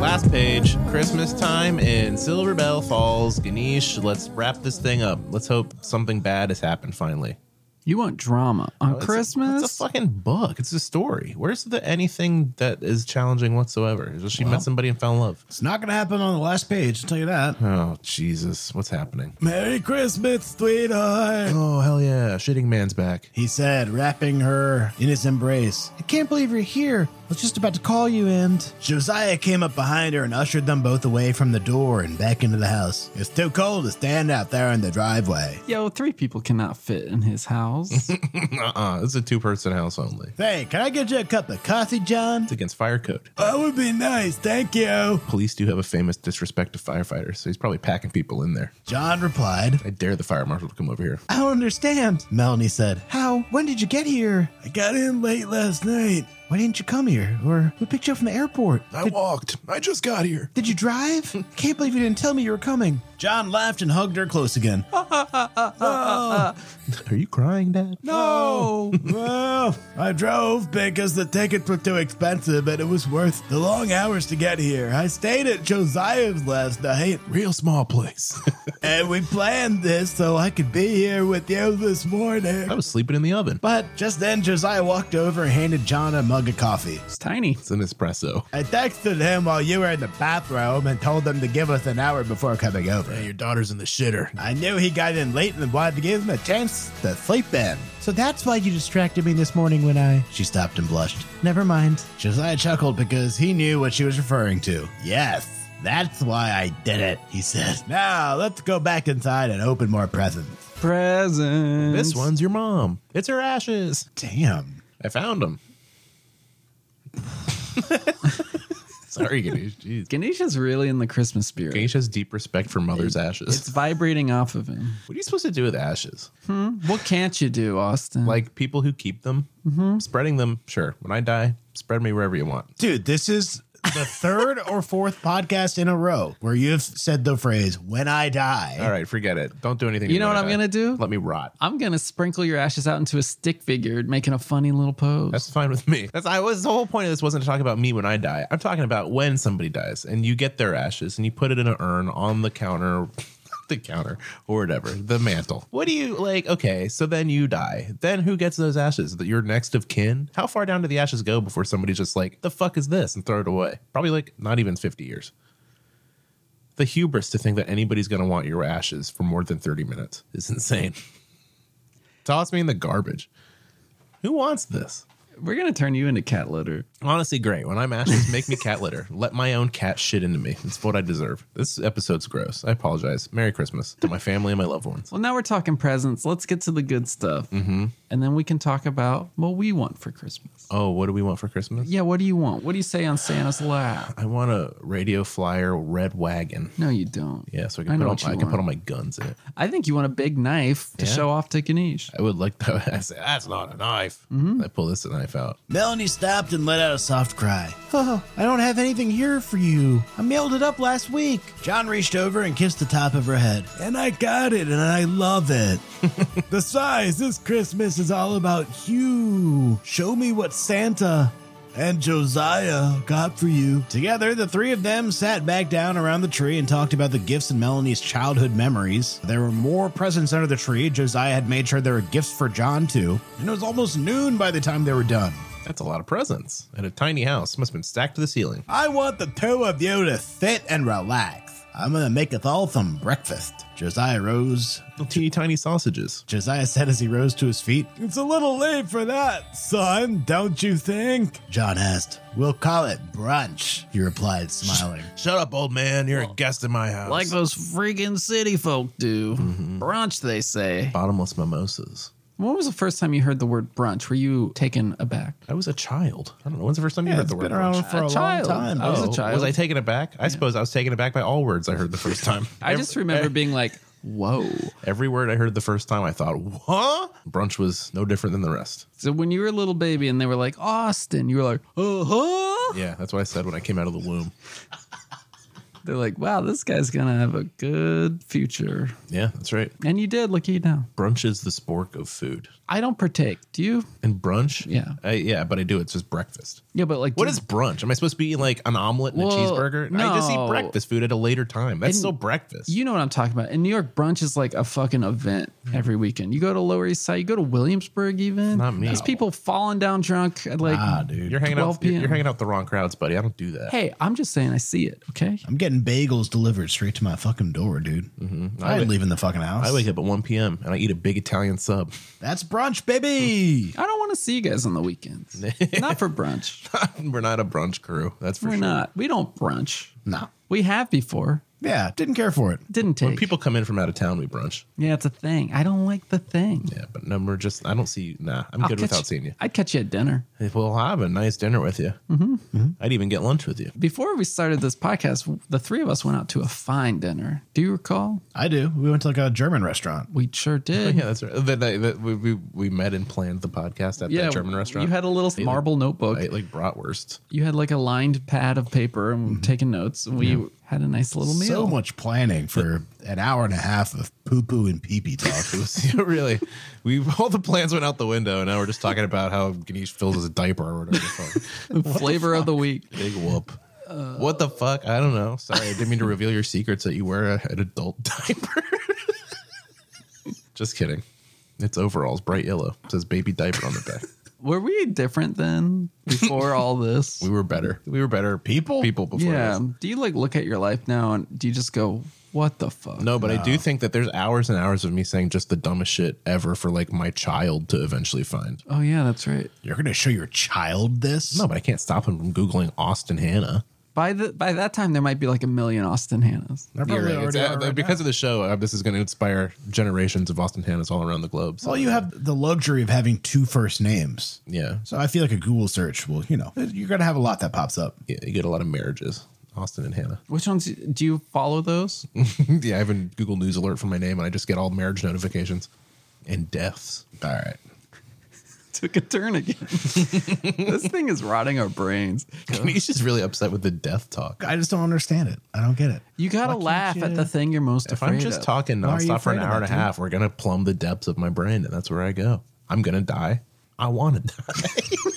A: Last page, Christmas time in Silver Bell Falls. Ganesh, let's wrap this thing up. Let's hope something bad has happened finally.
C: You want drama on
A: It's a-
C: Christmas?
A: it's a fucking book. It's a story. Where's the anything that is challenging whatsoever? It's just she met somebody and fell in love.
B: It's not going to happen on the last page, I'll tell you that.
A: Oh Jesus, what's happening?
B: Merry Christmas, sweetheart.
A: Oh hell yeah, shitting man's back. *laughs*
B: He said, wrapping her in his embrace. I can't believe you're here. I was just about to call you, and. Josiah came up behind her and ushered them both away from the door and back into the house. It's too cold to stand out there in the driveway.
C: Yo, three people cannot fit in
A: *laughs*
C: his house.
A: Uh uh It's a two person house only.
B: Hey, can I get you a cup of coffee, John?
A: It's against fire code.
B: That would be nice, thank you.
A: Police do have a famous disrespect to firefighters, so he's probably packing people in there.
B: John replied.
A: I dare the fire marshal to come over here.
B: I don't understand. Melanie said,
D: How? When did you get here?
B: I got in late last night.
D: Why didn't you come here? Or we picked you up from the airport.
A: I walked. I just got here.
D: Did you drive? I can't believe you didn't tell me you were coming.
B: John laughed and hugged her close again.
A: Are you crying, Dad?
C: no.
B: Well, I drove because the tickets were too expensive and it was worth the long hours to get here. I stayed at Josiah's last night
A: Real small place. *laughs*
B: and we planned this so I could be here with you this
A: I
B: morning.
A: was sleeping in the oven.
B: But just then, Josiah walked over and handed John a mug of coffee.
C: It's tiny.
A: It's an espresso.
B: I texted him while you were in the bathroom and told him to give us an hour before coming over.
A: your daughter's in the shitter.
B: I knew he got in late and wanted to give him a chance to sleep in.
D: So that's why you distracted me this morning when I.
B: She stopped and blushed.
D: Never mind.
B: Josiah chuckled because he knew what she was referring to. Yes, that's why I did it, he said. Now, let's go back inside and open more presents.
C: Presents.
A: This one's your mom. It's her ashes.
B: Damn.
A: I found them. *laughs* Sorry, Ganesh. Jeez.
C: Ganesh is really in the Christmas spirit.
A: Ganesh has deep respect for mother's ashes.
C: It's Mm-hmm. vibrating off of him.
A: What are you supposed to do with ashes?
C: What can't you do, Austin?
A: Like people who keep them,
C: Mm-hmm.
A: spreading them. Sure. When I die, spread me wherever you want.
B: Dude, this is the third or fourth *laughs* podcast in a row where you've said the phrase, when I die.
A: All right, forget it. Don't do anything.
C: You
A: to
C: know
A: me when
C: what I'm
A: I die.
C: gonna do?
A: Let me rot.
C: I'm gonna sprinkle your ashes out into a stick figure, making a funny little pose.
A: That's fine with me. That's I was the whole point of this wasn't to talk about me when I die. I'm talking about when somebody dies and you get their ashes and you put it in an urn on the counter, *laughs* the counter or whatever, the mantle. What do you like? Okay, so then you die. Then who gets those ashes? That your next of kin? How far down do the ashes go before somebody's just like, the fuck is this, and throw it away? Probably like not even 50 years. The hubris to think that anybody's gonna want your ashes for more than 30 minutes is insane. *laughs* Toss me in the garbage. Who wants this?
C: We're gonna turn you into cat litter.
A: Honestly, great. When I'm ashes, make me cat litter. Let my own cat shit into me. It's what I deserve. This episode's gross. I apologize. Merry Christmas to my family and my loved ones.
C: Well, now we're talking presents. Let's get to the good stuff, mm-hmm. and then we can talk about what we want for Christmas.
A: Oh, what do we want for Christmas?
C: Yeah, what do you want? What do you say on Santa's lap?
A: I want a radio flyer red wagon.
C: No, you don't.
A: Yeah, so I
C: I
A: can
C: know
A: put all,
C: what you
A: I can put
C: want.
A: all my guns in it.
C: I think you want a big knife to
A: Yeah.
C: show off to Ganesh.
A: I would like that. I say *laughs* that's not a knife.
C: Mm-hmm.
A: I pull this knife out.
B: Melanie stopped and let out a soft cry.
D: Oh, I don't have anything here for you. I mailed it up last week.
B: John reached over and kissed the top of her head. And I got it, and I love *laughs* it. Besides, this Christmas is all about you. Show me what Santa and Josiah got for you. Together, the three of them sat back down around the tree and talked about the gifts in Melanie's childhood memories. There were more presents under the tree. Josiah had made sure there were gifts for John, too. And it was almost noon by the time they were done.
A: That's a lot of presents at a tiny house. Must have been stacked to the ceiling.
B: I want the two of you to sit and relax. I'm gonna make us all some breakfast. Josiah rose.
A: Little teeny tiny sausages.
B: Josiah said as he rose to his feet. It's a little late for that, son, don't you think? John asked. We'll call it brunch, he replied, smiling.
A: Shut up, old man. You're a guest in my house.
C: Like those freaking city folk do.
A: Mm-hmm.
C: Brunch, they say.
A: bottomless mimosas.
C: When was the first time you heard the word brunch? Were you taken aback?
A: I was a child. I don't know. When's the first time you heard the word? brunch?
B: for
C: A child. I was a
A: Oh,
C: child.
A: Was I taken aback? I suppose I was taken aback by all words I heard the first time.
C: *laughs* I
A: *laughs*
C: just remember being like, whoa.
A: Every word I heard the first time, I thought, "Huh?" Brunch was no different than the rest.
C: So when you were a little baby and they were like, Austin, you were like, uh huh.
A: Yeah, that's what I said when I came out of the womb.
C: They're like, wow, this guy's going to have a good future.
A: Yeah, that's right.
C: And you did. Look at you now.
A: Brunch is the spork of food.
C: I don't partake. Do you?
A: And brunch?
C: Yeah.
A: I, yeah, but I do. It's just breakfast.
C: Yeah, but like,
A: What
C: do-
A: is brunch? Am I supposed to be eating like an omelet and
C: Well,
A: a cheeseburger? I just eat
C: no.
A: breakfast food at a later time. That's
C: And
A: still breakfast.
C: You know what I'm talking about. In New York, brunch is like a fucking event every weekend. You go to Lower East Side, you go to Williamsburg, even.
A: Not me.
C: There's people falling down drunk. at like,
B: Ah, dude.
A: you're hanging
C: 12
A: out. You're,
C: p.m..
A: you're hanging out with the wrong crowds, buddy. I don't do that.
C: hey, I'm just saying, I see it. Okay.
B: I'm getting bagels delivered straight to my fucking door, dude. I, ain't leaving the fucking house.
A: I wake up at 1 p.m. and I eat a big Italian sub. *laughs*
B: That's brunch, baby.
C: I don't want to see you guys on
A: *laughs*
C: the weekends. not for brunch.
A: We're not a brunch crew. That's for
C: We're
A: sure.
C: not. We don't brunch.
B: no.
C: We have before.
B: Yeah, didn't care for it.
C: Didn't take.
A: When people come in from out of town, we brunch.
C: yeah, it's a thing. I don't like the thing.
A: Yeah, but no, we're just. I don't see you. Nah, I'm
C: I'll
A: good
C: catch-
A: without seeing you. Mm-hmm.
C: I'd catch you at dinner.
A: Hey, Well, I'll have a nice dinner with you. I'd even get lunch with you.
C: Before we started this podcast, the three of us went out to a fine dinner. Do you recall?
B: I do. We went to like a German restaurant.
C: We sure did.
A: Oh, Yeah, that's right. That, that, that- we, we we met and planned the podcast at that German restaurant.
C: You had a little marble notebook.
A: I ate like bratwurst.
C: you had like a lined pad of paper and
A: Mm-hmm.
C: taking notes. And we had a nice little meal.
B: So much planning for an hour and a half of poo poo and pee pee talk. *laughs*
A: It was *laughs* really, we all the plans went out the window, and now we're just talking about how Ganesh fills his diaper or whatever. the fuck.
C: Flavor of the week.
A: Big whoop. what the fuck? I don't know. Sorry, I didn't mean to reveal your secrets that you wear a, an adult *laughs* diaper. just kidding. It's overalls, bright yellow. It says baby diaper on the back.
C: Were we different then before all this?
A: *laughs* We were better. We were better people. People before.
C: yeah.
A: this.
C: Do you like look at your life now and do you just go, what the fuck?
A: No, but I do think that there's hours and hours of me saying just the dumbest shit ever for like my child to eventually find.
C: Oh, yeah, that's right.
B: You're going to show your child this?
A: No, but I can't stop him from googling Austin Hannah.
C: By the by that time, there might be like a million Austin Hannahs.
B: They're
A: You're
B: probably
A: right. It's-
B: already
A: uh,
B: out right
A: because of the show, uh, this is going to inspire generations of Austin Hannahs all around the globe.
B: now.
A: So,
B: Well, you have the luxury of having two first names.
A: yeah.
B: So I feel like a Google search will, you know, you're going to have a lot that pops up.
A: yeah, you get a lot of marriages. Austin and Hannah.
C: Which ones do you follow those?
A: *laughs*
C: *laughs*
A: yeah, I have a Google News alert for my name, and I just get all marriage notifications and deaths.
B: All right.
C: Took a turn again. *laughs* this thing is rotting our brains.
A: *laughs* He's just really upset with the death talk.
B: I just don't understand it. I don't get it.
C: You gotta laugh at the thing you're most
A: If
C: afraid
A: I'm just
C: of.
A: talking
B: Why are you
A: nonstop for an
B: afraid of
A: hour and
B: that,
A: a half, we're gonna plumb the depths of my brain, and that's where I go. I'm gonna die. I want to *laughs* die.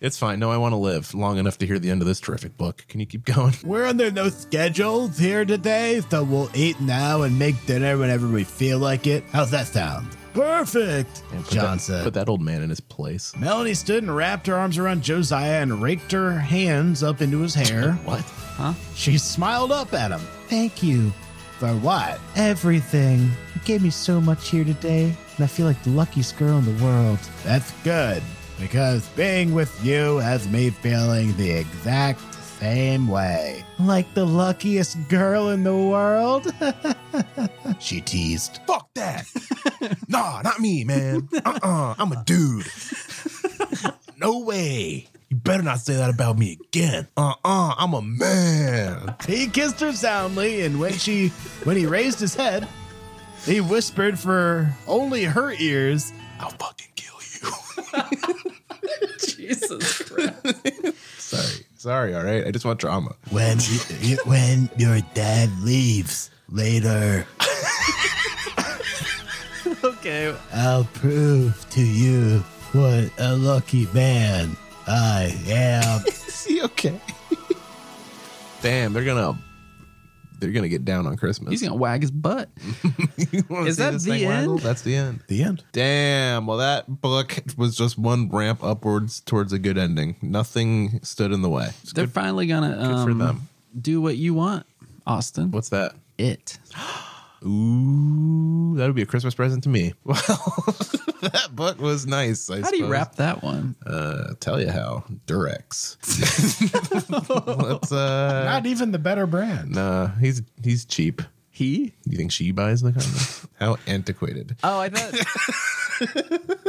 A: it's fine. No, I want to live long enough to hear the end of this terrific book. Can you keep going?
B: We're under no schedule here today, so we'll eat now and make dinner whenever we feel like it. How's that sound? Perfect,
A: And put
B: John
A: that,
B: said.
A: Put that old man in his place.
B: Melanie stood and wrapped her arms around Josiah and raked her hands up into his hair.
A: What?
B: She smiled up at him.
D: Thank you.
B: For what?
D: Everything. You gave me so much here today, and I feel like the luckiest girl in the world.
B: That's good, because being with you has me feeling the exact same way.
D: Like the luckiest girl in the world? *laughs*
B: She teased.
A: Fuck that. nah, not me, man. Uh-uh. I'm a dude. no way. You better not say that about me again. Uh-uh. I'm a man.
B: He kissed her soundly, and when she when he raised his head, he whispered for only her ears,
A: I'll fucking kill you.
C: *laughs* Jesus Christ.
A: Sorry. Sorry, all right? I just want drama.
B: When you, when your dad leaves later,
C: okay.
B: I'll prove to you what a lucky man I am.
A: Is he okay? Damn, they're gonna they're gonna get down on Christmas.
C: He's gonna wag his butt.
A: You *laughs* wanna
C: Is
A: see
C: that
A: this
C: the
A: thing waggle?
C: end?
A: That's the end.
B: *laughs* the end.
A: Damn. Well, that book was just one ramp upwards towards a good ending. Nothing stood in the way.
C: They're finally gonna um,
A: for them.
C: do what you want, Austin.
A: What's that?
C: it?
A: *gasps* Ooh, that would be a Christmas present to me. *laughs* Well, that book was nice. I
C: How do you
A: suppose.
C: wrap that one?
A: Uh, tell you how
C: *laughs*
A: Durex. Let's. Uh,
B: Not even the better brand.
A: nah, he's he's cheap.
C: He?
A: You think she buys the
C: *laughs*
A: comics? how antiquated.
C: Oh, I thought.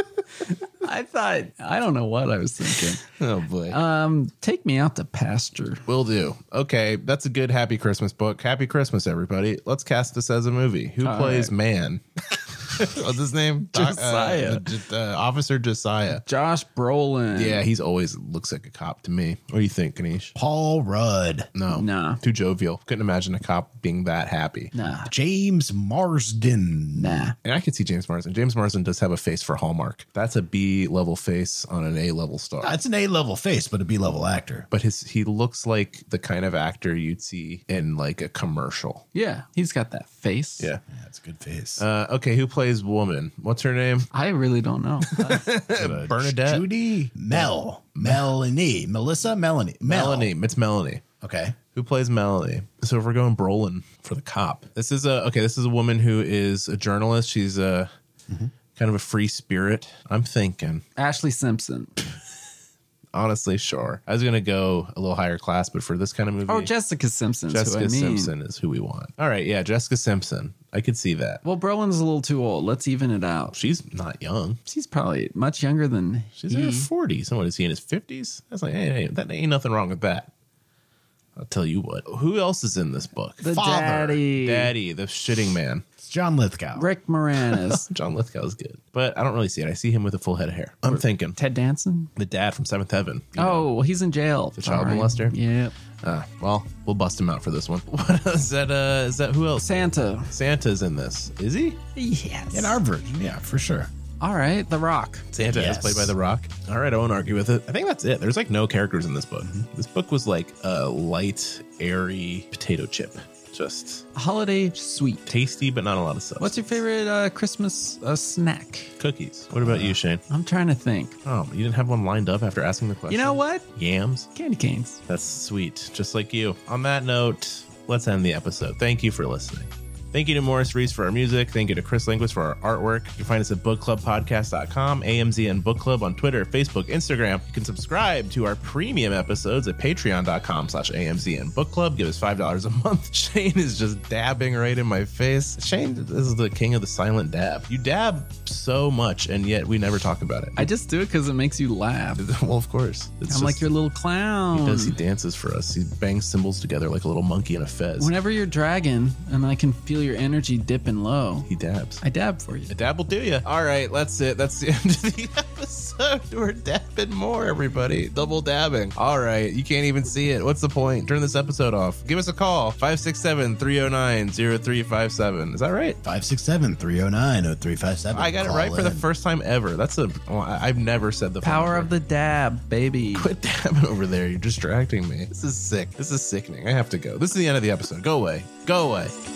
C: *laughs* I thought I don't know what I was thinking.
A: Oh boy.
C: Um, take me out to pasture.
A: Will do. Okay, that's a good Happy Christmas book. Happy Christmas, everybody. Let's cast this as a movie. Who plays man? *laughs* What's his name? Doc- uh,
C: *laughs* Josiah.
A: J- uh, Officer Josiah.
C: Josh Brolin.
A: Yeah, he's always looks like a cop to me. What do you think, Ganesh?
B: Paul Rudd,
A: No.
C: Nah.
A: Too jovial. Couldn't imagine a cop being that happy.
C: Nah.
B: James Marsden.
C: Nah.
A: And I could see James Marsden. James Marsden does have a face for Hallmark. That's a B level face on an A level star.
B: That's an A level face, but a B level actor.
A: but his he looks like the kind of actor you'd see in like a commercial.
C: Yeah. He's got that face.
B: Yeah, that's a good face.
A: Uh, okay, who plays woman? What's her name?
C: I really don't
A: *laughs*
C: know. Uh,
A: Bernadette.
B: Judy Mel. Melanie. Melissa Melanie. Mel.
A: Melanie. It's Melanie.
B: Okay.
A: Who plays Melanie? So if we're going Brolin for the cop, this is a okay. This is a woman who is a journalist. She's a kind of a free spirit. I'm thinking
C: Ashley Simpson.
A: honestly, sure. I was gonna go a little higher class, but for this kind of movie,
C: Oh, Jessica Simpson's
A: Jessica
C: who I mean.
A: Simpson is who we want. All right, yeah, Jessica Simpson. I could see that.
C: Well, Brolin's a little too old. Let's even it out.
A: She's not young.
C: She's probably much younger than
A: She's in
C: he.
A: her forties. Someone is he in his fifties? That's like, hey, hey, that ain't nothing wrong with that. I'll tell you what. Who else is in this book?
C: the
B: father.
C: daddy.
A: Daddy, the shitting man.
B: It's John Lithgow.
A: *laughs*
C: Rick Moranis.
A: John Lithgow is good, but I don't really see it. I see him with a full head of hair. I'm thinking
C: Ted Danson.
A: the dad from Seventh Heaven. you know.
C: Oh, well, he's in jail. The
A: child molester?
C: Yeah.
A: Uh, well, we'll bust him out for this one. *laughs* What is that? Uh, is that who else?
C: Santa.
A: Santa's in this. Is he?
C: Yes.
B: In our version, yeah, for sure.
C: All right. The Rock.
A: Santa
B: Yes.
A: as played by The Rock. All right, I won't argue with it. I think that's it. There's like no characters in this book. This book was like a light, airy potato chip. Just
C: Holiday sweet.
A: tasty, but not a lot of substance.
C: What's your favorite uh, Christmas uh, snack?
A: Cookies. What about you, Shane?
C: I'm trying to think.
A: Uh, Oh, you didn't have one lined up after asking the question.
C: You know what?
A: Yams.
C: Candy canes.
A: That's sweet, just like you. On that note, let's end the episode. Thank you for listening. Thank you to Morris Reese for our music. Thank you to Chris Linguist for our artwork. You can find us at bookclubpodcast.com, AMZN Book Club on Twitter, Facebook, Instagram. You can subscribe to our premium episodes at patreon.com slash AMZN Book Club. Give us $5 a month. *laughs* Shane is just dabbing right in my face. Shane is the king of the silent dab. You dab so much, and yet we never talk about it. *laughs*
C: I just do it because it makes you laugh. I'm
A: well, of course. It's
C: like
A: just-
C: your little clown.
A: does. He dances for us. He bangs cymbals together like a little monkey in a fez.
C: Whenever you're dragging and I can feel your energy dipping low,
A: he dabs.
C: I dab for you.
A: A dab will do you. All right, that's it. That's the *laughs* end of the episode. We're dabbing more, everybody. Double dabbing. All right, you can't even see it. What's the point? Turn this episode off. Give us a call 567 309 0357. Is that right?
B: 567 309 0357.
A: I got it right for the first time ever. That's a. well, I- I've never said the phone
C: Power
A: number.
C: of the dab,
A: *laughs*
C: baby.
A: Quit dabbing over there. You're distracting me. This is sick. This is sickening. I have to go. This is the end of the episode. Go away. Go away.